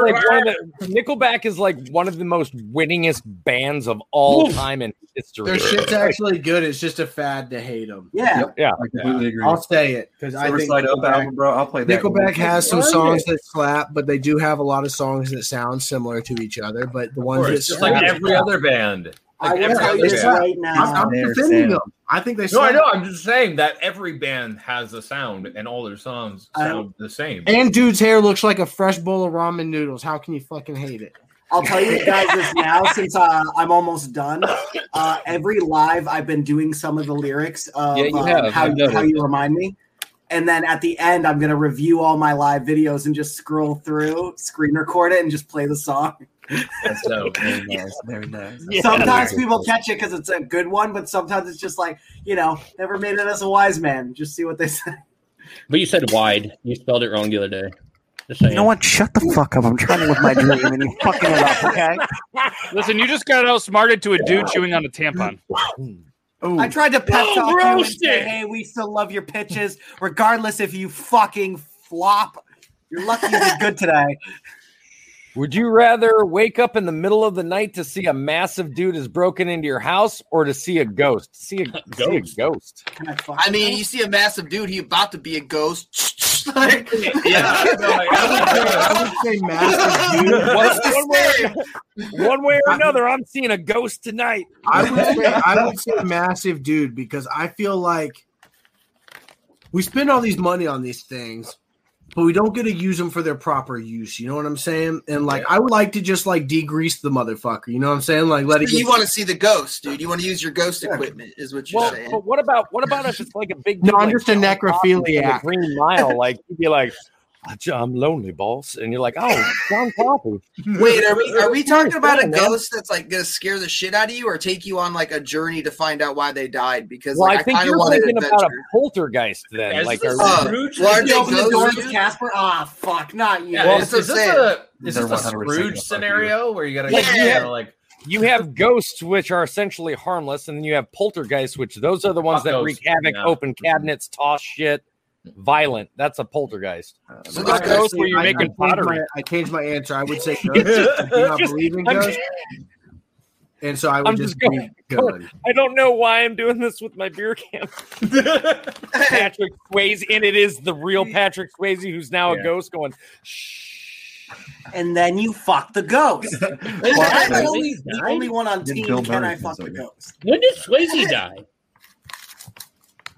S7: like one of the, Nickelback is like one of the most winningest bands of all time in history.
S5: Their shit's actually good. It's just a fad to hate them.
S1: Yeah.
S7: yeah,
S3: I completely agree.
S5: I'll say it because I think
S3: Riverside Up
S5: Nickelback-
S3: album, bro. I'll play that.
S5: Nickelback has some
S3: Oh, yeah.
S5: songs that slap, but they do have a lot of songs that sound similar to each other. But the ones
S9: course,
S5: that
S9: just
S5: slap,
S9: like every other band.
S1: I
S9: Like
S1: will
S9: every
S1: tell you
S9: other
S1: this
S9: band.
S1: right now. I'm- I'm defending them. I think they
S9: No, I
S1: sound-
S9: know. I'm just saying that every band has a sound, and all their songs
S1: I
S9: sound the same.
S5: and
S9: *laughs*
S5: dude's hair looks like a fresh bowl of ramen noodles. How can you fucking hate it?
S1: I'll tell
S5: *laughs*
S1: you guys this now since uh, I'm almost done. Uh, every live, I've been doing some of the lyrics of
S10: Yeah, you
S1: um,
S10: have. I've
S1: how,
S10: noticed.
S1: how you remind me. And then at the end, I'm going to review all my live videos and just scroll through, screen record it, and just play the song.
S9: That's dope.
S3: Very nice. Very nice.
S1: Sometimes people catch it because it's a good one, but sometimes it's just like, you know, never made it as a wise man. Just see what they say.
S10: But you said wide. You spelled it wrong the other day. Just saying.
S1: You know what? Shut the fuck up. I'm trying to live my dream and you're fucking it up, okay?
S6: Listen, you just got outsmarted to a dude chewing on a tampon.
S1: I tried to pep
S6: Oh,
S1: talk you and say,
S6: roasted.
S1: "Hey, we still love your pitches, regardless if you fucking flop. You're lucky you did good today."
S7: Would you rather wake up in the middle of the night to see a massive dude is broken into your house or to see a ghost? See a ghost. See a ghost.
S4: I mean, you see a massive dude, he about to be a ghost. *laughs* like,
S7: Yeah.
S5: I would say massive dude.
S7: one, way, one way or another, I'm seeing a ghost tonight.
S5: I
S9: *laughs*
S5: would say I
S4: *laughs*
S5: would say massive dude because I feel like we spend all these money on these things, but we don't get to use them for their proper use. You know what I'm saying? And like I would like to just like degrease the motherfucker. You know what I'm saying? Like let it.
S4: you
S5: get-
S4: want to see the ghost, dude. You want to use your ghost equipment, is what you're
S7: Well,
S4: saying.
S7: but what about what about if it's like a big?
S5: No,
S7: dude
S5: I'm
S7: like
S5: just a
S7: John Coffey from the
S5: necrophiliac.
S7: Green Mile, like you'd be like, I'm lonely, boss, and you're like, oh, John Coffey.
S4: Wait, are we are we talking about a
S7: Yeah, man.
S4: ghost that's like gonna scare the shit out of you, or take you on like a journey to find out why they died? Because
S7: Well,
S4: like,
S7: I think
S4: kind of
S7: you're
S4: want an
S7: thinking about a
S4: adventure.
S7: poltergeist then.
S4: Is
S7: like,
S4: this
S7: are-
S4: a Scrooge? Well, aren't
S1: you
S4: they
S1: open the
S4: ghosts
S1: door
S4: in
S1: to
S4: it?
S1: Casper. Ah, fuck, not you.
S9: Yeah, is, is this a is this a Scrooge scenario where you gotta
S7: Like, you
S9: yeah.
S7: have-
S9: like
S7: you have ghosts, which are essentially harmless, and then you have poltergeists, which those are the ones that
S9: Fuck
S7: wreak
S9: ghosts,
S7: havoc,
S9: yeah.
S7: open cabinets, toss shit, violent. That's a poltergeist.
S9: Uh,
S5: So
S7: Not
S5: I-
S7: ghosts where you're
S5: I- I
S7: making
S5: changed my-
S7: pottery.
S5: I changed my answer. I
S7: *laughs*
S5: would say ghost. I do not
S7: Just-
S5: believe in
S7: I'm
S5: ghosts.
S7: just-
S5: And so I would
S7: I'm
S5: just,
S7: just
S5: be
S7: *laughs* going-
S5: good.
S7: I don't know why I'm doing this with my beer
S9: *laughs*
S7: can. Patrick Swayze, and it is the real Patrick Swayze who's now a ghost going,
S1: And then you fuck the ghost.
S3: *laughs*
S1: I'm the only, the
S10: Died?
S1: only one on
S10: Did
S1: team.
S10: Bill
S1: Can
S10: Murray
S1: I
S10: do
S1: fuck the
S10: something?
S1: ghost?
S10: When did Swayze die?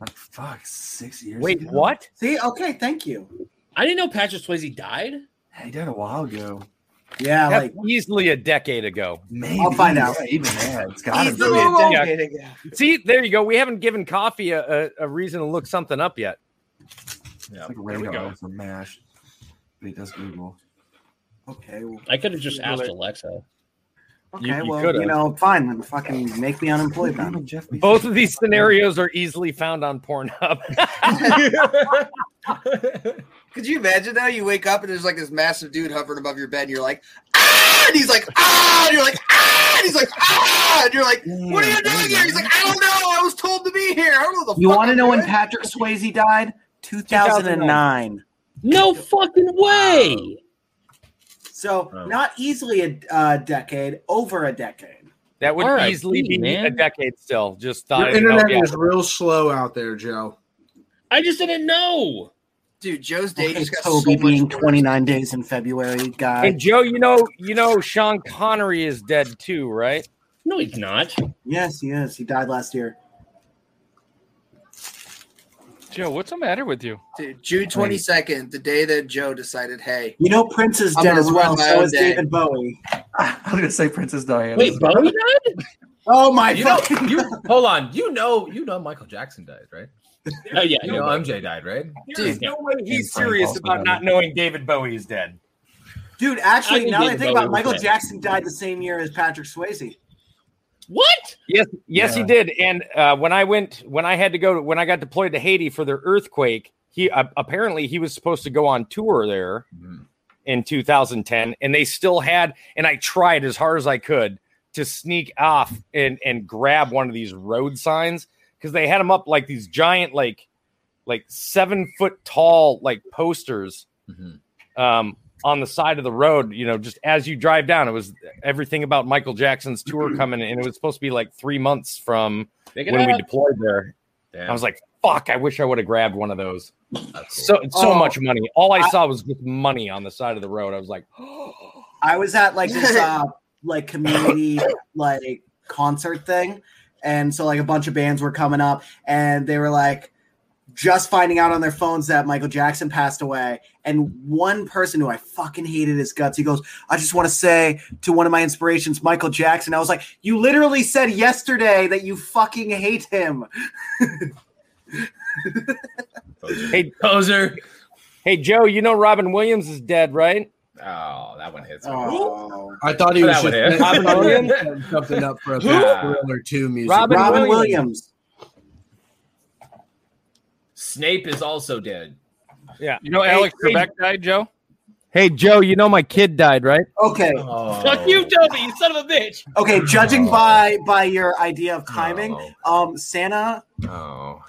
S3: Like fuck, six years.
S10: Wait,
S3: ago.
S10: what?
S1: See, okay, thank you.
S10: I didn't know Patrick Swayze died.
S3: He died a while ago.
S1: Yeah,
S7: That's easily a decade ago.
S3: Maybe.
S7: I'll find out.
S3: Yeah, even that, it's gotta
S7: Easily
S3: be.
S7: a decade See, there you go. We haven't given coffee a, a, a reason to look something up yet.
S3: It's like
S7: There we go.
S3: radar from Mash, but he does Google.
S1: Okay. Well,
S10: I could have just asked Alexa.
S1: Okay,
S10: You- you
S1: well,
S10: could've.
S1: you know, fine. Then fucking make me unemployed. Then.
S7: Both of these scenarios are easily found on Pornhub.
S4: Could you imagine though? You wake up and there's like this massive dude hovering above your bed, *laughs* and you're like, ah, and he's like, ah, and you're like, ah, and he's like, ah, and you're like, what are you doing here? He's like, I don't know. I was told to be here. I don't know the.
S1: You
S4: fuck
S1: want to
S4: I'm
S1: know when
S4: doing."
S1: Patrick Swayze died? 2009.
S10: No fucking way.
S1: So, not easily a uh, decade, over a decade.
S7: That would
S1: R.I.P.,
S7: easily be
S10: man.
S7: a decade still. Just thought
S5: Your
S7: oh, I'd help
S5: internet
S7: you out.
S5: is real slow out there, Joe.
S10: I just didn't know.
S4: Dude, Joe's day
S1: It's
S4: just got
S1: Toby
S4: so much
S1: being
S4: worse.
S1: 29 days in February, guy.
S7: Hey Joe, you know you know Sean Connery is dead too, right?
S10: No, he's not.
S1: Yes, he is. He died last year.
S6: Joe, what's the matter with you?
S4: Dude, June 22nd, the day that Joe decided, hey,
S1: You know, Prince is
S4: I'm
S1: dead
S4: gonna
S1: as well.
S4: run my
S1: So
S4: own
S1: is
S4: day.
S1: David Bowie.
S3: *laughs* I was gonna say Princess Diana.
S9: Wait,
S10: Bowie
S9: died?
S1: Oh my
S9: you know, you hold on. You know, you know Michael Jackson died, right?
S10: Oh yeah.
S9: You know MJ died, right?
S7: There's no way he's serious about not knowing David Bowie is dead.
S1: Dude, actually,
S7: think
S1: now that I
S7: David
S1: think about it,
S7: Bowie was
S1: Michael
S7: dead.
S1: Jackson died the same year as Patrick Swayze.
S10: What?
S7: Yes, yes, he did. And uh, when I went, when I had to go, to, when I got deployed to Haiti for their earthquake, he uh, apparently he was supposed to go on tour there
S9: Mm-hmm.
S7: in 2010, and they still had. And I tried as hard as I could to sneak off and and grab one of these road signs because they had them up like these giant like like seven foot tall like posters um, on the side of the road. You know, just as you drive down, it was everything about Michael Jackson's tour coming, and it was supposed to be like three months from
S9: Pick it
S7: when we
S9: up.
S7: deployed there. I was like, "Fuck! I wish I would have grabbed one of those." So so
S1: Oh.
S7: much money. All I saw was just money on the side of the road. I was like,
S1: I was at like this uh, like community like concert thing, and so like a bunch of bands were coming up, and they were like just finding out on their phones that Michael Jackson passed away, and one person who I fucking hated his guts, he goes, "I just want to say to one of my inspirations, Michael Jackson." I was like, "You literally said yesterday that you fucking hate him."
S7: "Hey poser, hey Joe, you know Robin Williams is dead, right?"
S9: Oh, that one hits.
S1: Oh.
S5: I thought he was
S9: That
S5: just
S9: would hit.
S5: *laughs* Robin Williams had something up for a
S9: Who?
S5: thriller two music.
S9: Robin Robin Williams.
S1: Williams.
S9: Snape is also dead.
S7: Yeah.
S6: You know Alex Trebek died, Joe?
S7: Hey Joe, you know my kid died, right?
S1: Okay.
S10: Fuck you, Toby, you son of a bitch.
S1: Okay, judging by by your idea of timing, um, Santa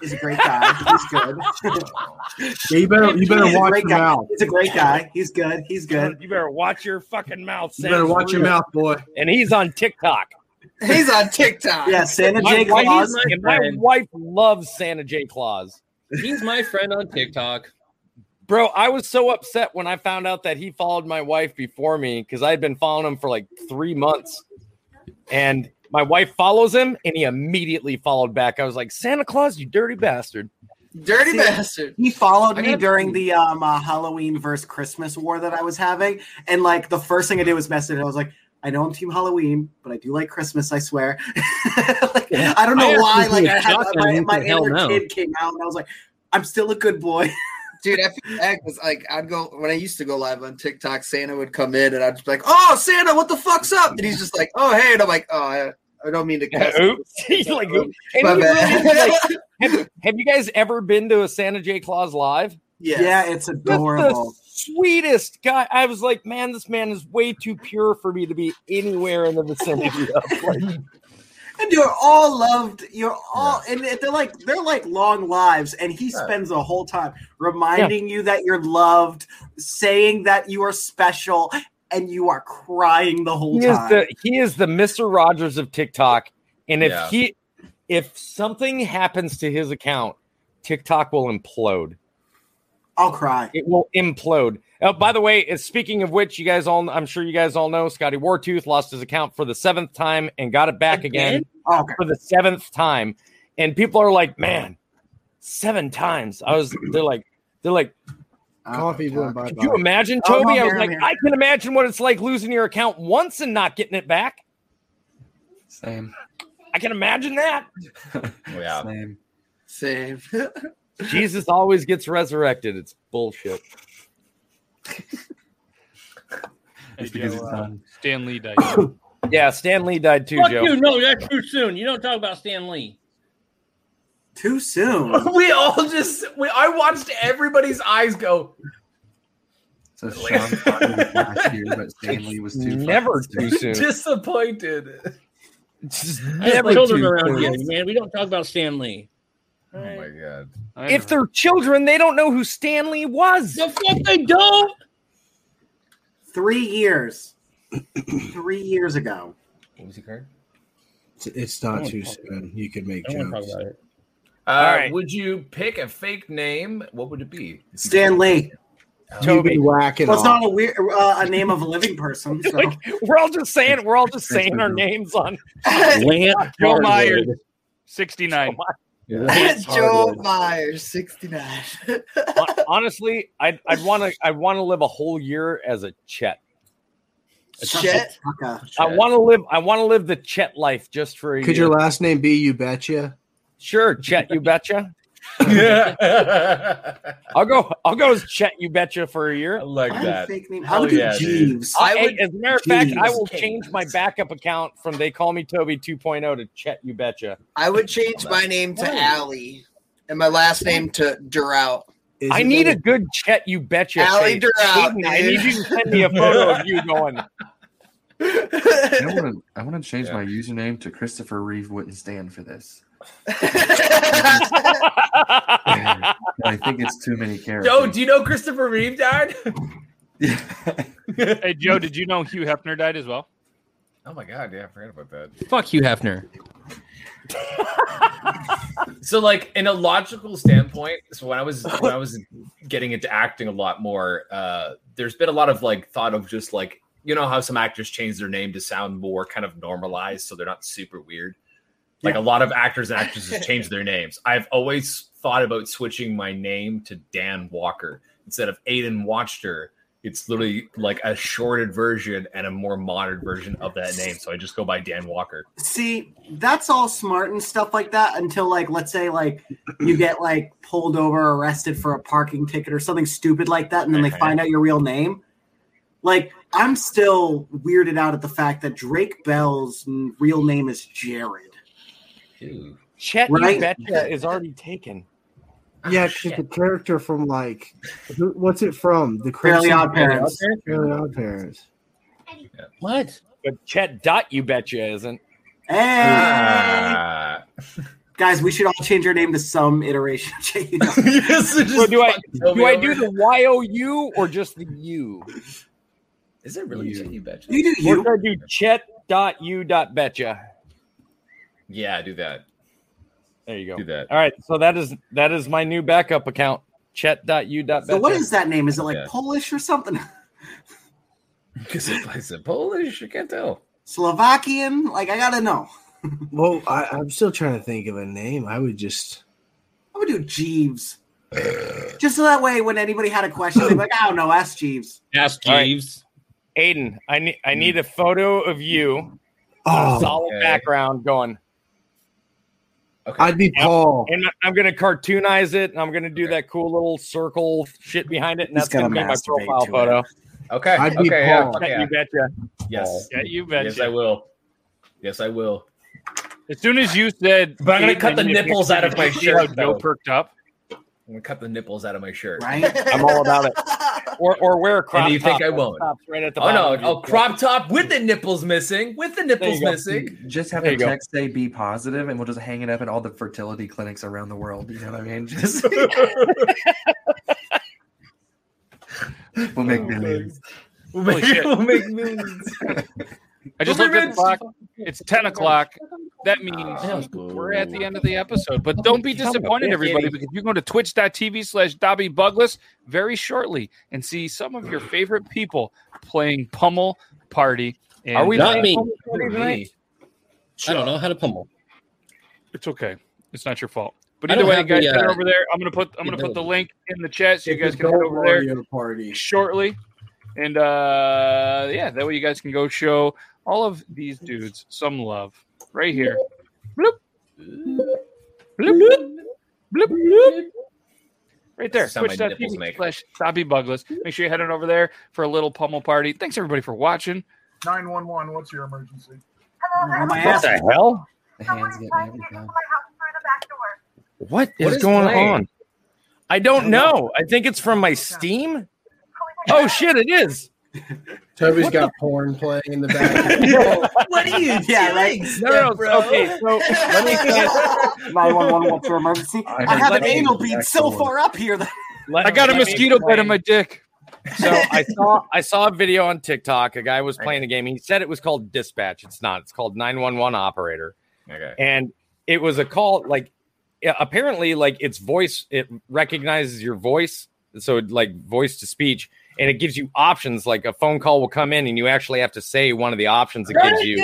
S1: is a great guy. He's good.
S5: Yeah, you better you better
S1: He's a
S5: watch
S1: great
S5: your
S1: guy.
S5: mouth.
S1: He's a great guy. He's good. He's good.
S7: You better watch your fucking mouth.
S5: You better
S7: Sam's
S5: watch your
S7: real.
S5: mouth, boy.
S7: And he's on TikTok.
S4: He's on TikTok.
S1: Yeah, Santa J.
S7: wife-
S1: Claus.
S7: and My, wife loves Santa J. Claus.
S10: He's my friend on TikTok.
S7: Bro, I was so upset when I found out that he followed my wife before me because I had been following him for like three months. And my wife follows him and he immediately followed back. I was like, Santa Claus, you dirty bastard.
S4: Dirty
S1: See,
S4: bastard.
S1: He followed me during the um, uh, Halloween versus Christmas war that I was having, and like the first thing I did was message. him. I was like, "I know I'm Team Halloween, but I do like Christmas. I swear." *laughs* Like, I don't know
S4: I
S1: why.
S4: actually
S1: Like
S4: was
S1: I had,
S4: shocked when
S1: my
S4: he
S1: my
S4: said, "Hell
S1: inner
S4: no."
S1: kid came out, and I was like, "I'm still a good boy." *laughs*
S4: Dude, I feel bad because like I'd go when I used to go live on TikTok, Santa would come in and I'd just be like, "Oh, Santa, what the fuck's up?" And he's just like, "Oh, hey," and I'm like, "Oh, I, I don't mean to." cuss."
S7: Oops. *laughs* He's like, oops. And
S4: My
S7: he
S4: bad.
S7: *laughs* really is like- have, have you guys ever been to a Santa J. Claus live?
S1: Yes. Yeah, it's
S7: That's the
S1: adorable.
S7: sweetest guy. I was like, man, this man is way too pure for me to be anywhere in the vicinity of. Like,
S1: And you're all loved. You're all, and it- they're like they're like long lives. And he
S7: Yeah.
S1: spends the whole time reminding you that you're loved, saying that you are special, and you are crying the whole
S7: he is
S1: time.
S7: the he is the Mister Rogers of TikTok, and if
S1: Yeah.
S7: he if something happens to his account, TikTok will implode.
S1: I'll cry.
S7: It will implode. Oh, by the way, uh, speaking of which, you guys all I'm sure you guys all know Scotty Wartooth lost his account for the seventh time and got it back again,
S1: Oh,
S7: for the seventh time. And people are like, man, seven times. I was they're like, they're like,
S5: Coffee went by.
S7: could you imagine,
S5: Oh, I'm
S7: Toby? I
S5: here,
S7: was
S5: I'm
S7: like,
S5: here.
S7: I can imagine what it's like losing your account once and not getting it back. *laughs*
S3: Same.
S7: I can imagine that.
S9: yeah.
S3: Same.
S10: *laughs*
S4: Same.
S7: Jesus always gets resurrected. It's bullshit.
S3: Just because it's
S6: uh,
S3: not
S6: Stan Lee died.
S7: yeah, Stan Lee died too,
S10: Fuck
S7: Joe.
S10: you. No, that's too soon. You don't talk about Stan Lee.
S1: Too soon.
S9: *laughs* we all just we, I watched everybody's eyes go.
S3: So Sean Connery was last year,
S7: *laughs*
S3: but Stanley was too fucking
S7: Never
S3: *laughs* soon.
S7: too soon.
S9: *laughs* Disappointed. *laughs*
S10: I have
S7: Never
S10: children
S7: too
S10: around
S7: soon.
S10: here, man. We don't talk about Stan Lee.
S9: Oh my god.
S7: If they're children, they don't know who Stan Lee was.
S10: The fuck they don't.
S1: Three years. *clears throat* Three years ago.
S5: It's, it's not
S1: wanna
S5: too
S1: talk
S5: soon. You could make
S1: I wanna talk
S5: jokes.
S1: about it.
S9: Uh,
S5: All right.
S9: Would you pick a fake name? What would it be?
S1: Stan Lee.
S5: Toby whacking
S1: Well, it's
S5: off.
S1: not a weird uh, a name of a living
S7: *laughs*
S1: person. So.
S7: we're all just saying we're all just saying our names
S1: *laughs*
S7: on
S6: Lance Joe
S7: Hardwood.
S6: Myers,
S7: *laughs*
S6: 69.
S10: *laughs*
S5: Oh,
S4: Joe Myers, sixty nine.
S7: Honestly, I'd I'd want to I want to live a whole year as a Chet.
S4: Chet?
S7: I want to live I want to live the Chet life just for a
S5: Could
S7: year.
S5: your last name be You Betcha?
S7: sure Chet you
S1: *laughs*
S7: betcha.
S9: yeah.
S7: I'll go I'll go as Chet you betcha for a year. I
S9: like
S1: What a that. fake name. I would Hell do yeah, dude. Jeeves.
S7: I,
S1: I would-
S7: as a matter of fact, I
S1: Jeeves.
S7: will change my backup account from they call me Toby 2.0 to Chet you betcha.
S4: I would change my name to Allie and my last name to Durout.
S5: Is
S7: I
S5: it
S7: need
S5: gonna-
S7: a good chat. You betcha.
S5: Allie,
S7: face.
S5: they're out,
S7: Hayden, I
S5: dude.
S7: need you to send me a
S5: *laughs*
S7: photo of you going.
S3: I want to. I want to change my username to Christopher Reeve wouldn't stand
S4: *laughs*
S3: for this. *laughs* I think it's too
S7: *laughs*
S3: many characters.
S9: Joe, do you know Christopher Reeve
S3: *laughs*
S9: died?
S6: hey Joe, did you know Hugh Hefner died as well?
S9: Oh my god, yeah, I forgot about that.
S10: Fuck you, Hefner.
S9: So, like in a logical standpoint, so when I was when I was getting into acting a lot more, uh, there's been a lot of like thought of just like you know how some actors change their name to sound more kind of normalized, so they're not super weird. Like
S17: Yeah.
S9: a lot of actors and actresses change their names. I've always thought about switching my name to Dan Walker instead of Aiden Watchter. It's literally like a shorted version and a more modern version of that name. So I just go by Dan Walker.
S1: See, that's all smart and stuff like that until like let's say like you get like pulled over or arrested for a parking ticket or something stupid like that and then they
S9: Okay.
S1: find out your real name. Like I'm still weirded out at the fact that Drake Bell's n- real name is Jared.
S7: Chet,
S1: Right.
S7: you betcha is already taken.
S5: Yeah, 'cause the character from like, who- what's it from? The
S7: Fairly
S5: Crimson-
S7: Odd Parents.
S5: Fairly Odd Parents.
S7: What? But Chet dot you betcha isn't.
S1: Hey! Guys, we should all change our name to some iteration. *laughs* You know?
S7: So do I
S1: throw
S7: do
S1: me
S7: I
S1: over.
S7: do the Y O U or just the U?
S9: Is it really Chet you betcha?
S1: You
S7: do you. Or do I do Chet dot you dot betcha?
S9: Yeah, do that.
S7: There you go.
S9: Do that.
S7: All right, so that is that is my new backup account. Chet dot you dot
S1: So what
S7: betcha.
S1: is that name? Is it like
S7: Yeah.
S1: Polish or something?
S9: Because it's Polish, I can't tell.
S1: Slovakian? Like I gotta know.
S5: Well, I, I'm still trying to think of a name. I would just.
S1: I would do Jeeves. Just so that way, when anybody had a question, they'd be like, I don't know, ask Jeeves.
S10: Ask
S7: Jeeves. Aiden, I need I need a photo of you.
S5: Oh,
S7: solid background going.
S5: I'd be Paul.
S7: And I'm gonna cartoonize it, and I'm gonna do that cool little circle shit behind it, and
S5: He's
S7: that's gonna
S5: gonna
S7: be my
S5: masturbate
S7: profile
S5: to
S7: photo.
S5: it. Okay, I'd be okay, yeah, Paul. okay,
S7: You betcha.
S9: Yes.
S6: Yeah, you betcha.
S9: Yes, I will. Yes, I will.
S6: As soon as you said,
S9: But I'm gonna
S6: Aiden,
S9: cut the
S6: I need a
S9: nipples
S6: picture,
S9: out of
S6: did
S9: my
S6: you see how Joe
S9: shirt, though?
S6: perked up.
S9: I'm gonna cut the nipples out of my shirt.
S7: I'm all about it. Or or wear a crop
S9: and you think
S7: top
S9: I
S7: that
S9: won't?
S7: stops right at the
S9: oh no!
S7: bottom.
S9: Oh, crop top with the nipples missing. With the nipples missing.
S3: Just have
S9: There
S3: the
S9: you go.
S3: text say "Be positive," and we'll just hang it up at all the fertility clinics around the world. You know what I mean?
S9: *laughs*
S3: Just we'll
S9: Oh,
S3: make millions.
S9: We'll
S5: *laughs*
S6: Holy shit.
S9: millions.
S6: I just
S9: We'll
S6: looked
S9: make
S6: at the clock. It's ten o'clock. That means
S9: Oh,
S6: we're at the end of the episode. But don't be
S9: Come on,
S6: disappointed,
S9: yeah,
S6: everybody,
S9: yeah.
S6: because you can go to twitch.tv slash Dobby Bugless very shortly and see some of your favorite people playing Pummel Party. And
S10: Are we
S6: uh,
S10: not me?
S6: Pummel Party tonight?
S10: I don't know how to pummel.
S6: It's okay. It's not your fault. But
S10: I don't
S6: either way,
S10: have
S6: guys,
S10: the, uh,
S6: head over there. I'm gonna put I'm gonna put the
S10: ability.
S6: link in the chat so you
S10: It's
S6: guys
S10: a
S6: can head
S10: Gold
S6: over there
S5: Mario party.
S6: shortly. And uh yeah, that way you guys can go show all of these dudes some love right here. Bloop. Bloop, bloop, bloop, bloop. Right there,
S9: That's the sound my nipples
S6: twitch.tv
S9: make.
S6: slash Dobby Bugless. Make sure you head on over there for a little pummel party. Thanks everybody for watching.
S10: 911, what's your emergency?
S9: Oh,
S6: my What ass. the
S7: hell?
S3: The hands get me every time.
S7: What is,
S10: What is
S7: going
S10: playing?
S7: on? I don't know. I think it's from my Steam. Oh shit, it is.
S5: Toby's got porn playing in the back.
S4: what are
S5: *laughs*
S4: you
S1: Yeah, right.
S7: No, no, okay. So let me
S1: Nine one one what's your *laughs* emergency? I,
S7: heard
S1: have an
S7: that name
S1: anal
S7: is
S1: bead
S7: back
S1: so
S7: door.
S1: far up here that
S7: Let-
S6: I got a
S7: let me
S6: mosquito bite on
S7: explain.
S6: my dick.
S7: So I saw I saw a video on TikTok. A guy was playing a game. He said it was called dispatch. It's not. It's called 911 operator.
S9: Okay.
S7: And it was a call like yeah, apparently like its voice it recognizes your voice. So it, like voice to speech and it gives you options like a phone call will come in and you actually have to say one of the options it gives you.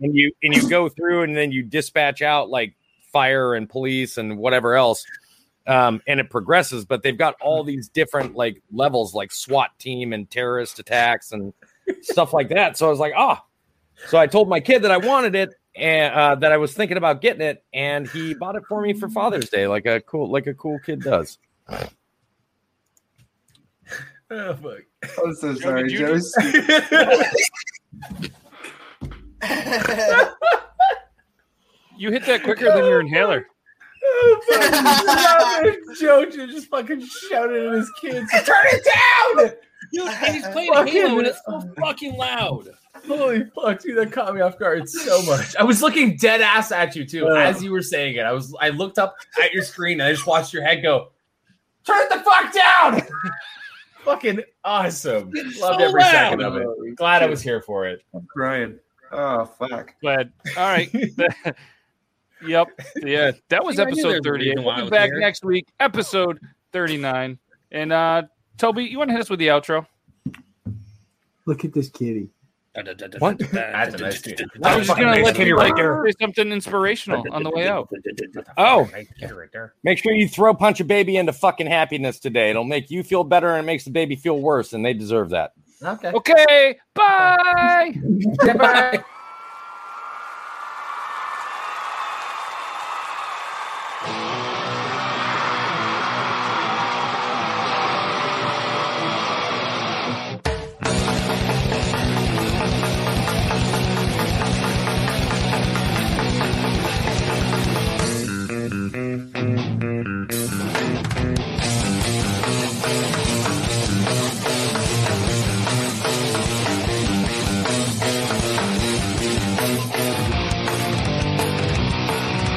S7: and you and you go through and then you dispatch out like fire and police and whatever else um, and it progresses but they've got all these different like levels like swat team and terrorist attacks and stuff like that so i was like ah so i told my kid that i wanted it and uh, that i was thinking about getting it and he bought it for me for father's day like a cool like a cool kid does
S9: Oh, fuck.
S3: I'm so sorry,
S9: did
S3: Joe.
S9: you
S1: *laughs*
S6: You hit that quicker than your inhaler.
S9: Jojo just fucking shouted at his
S1: *laughs*
S9: kids, "Turn it down!"
S10: Dude, and he's playing
S9: Fucking-
S10: Halo and it's so fucking loud.
S9: Holy fuck, dude! That caught me off guard so
S6: *laughs*
S9: much. I was looking dead ass at you too
S6: Uh.
S10: Ugh.
S9: as you were saying it. I was, I looked up at your screen and I just watched your head go.
S10: Turn the fuck down.
S9: *laughs* Fucking awesome! Loved
S10: It's so
S9: every second
S10: loud.
S9: of it. Glad I was here for it.
S3: I'm crying. Oh fuck.
S6: Glad. All
S9: *laughs*
S6: right. *laughs* yep. Yeah. That was
S9: I knew
S6: episode
S9: there was a
S6: 38.
S9: reason why I
S6: We'll be
S9: was
S6: back
S9: here.
S6: next week, episode 39. And uh Toby, you want to hit us with the outro?
S5: Look at this kitty.
S10: What?
S9: That's a nice dude.
S6: I was just
S10: fucking
S6: gonna
S10: nice
S6: let
S10: kitty
S6: you
S10: right
S6: like,
S10: there.
S6: say something inspirational on the way out.
S7: Oh,
S9: right there.
S7: Make sure you throw punch a baby into fucking happiness today. It'll make you feel better and it makes the baby feel worse, and they deserve that.
S9: Okay.
S6: Okay.
S9: *laughs*
S6: Bye.
S9: Goodbye.
S20: Thank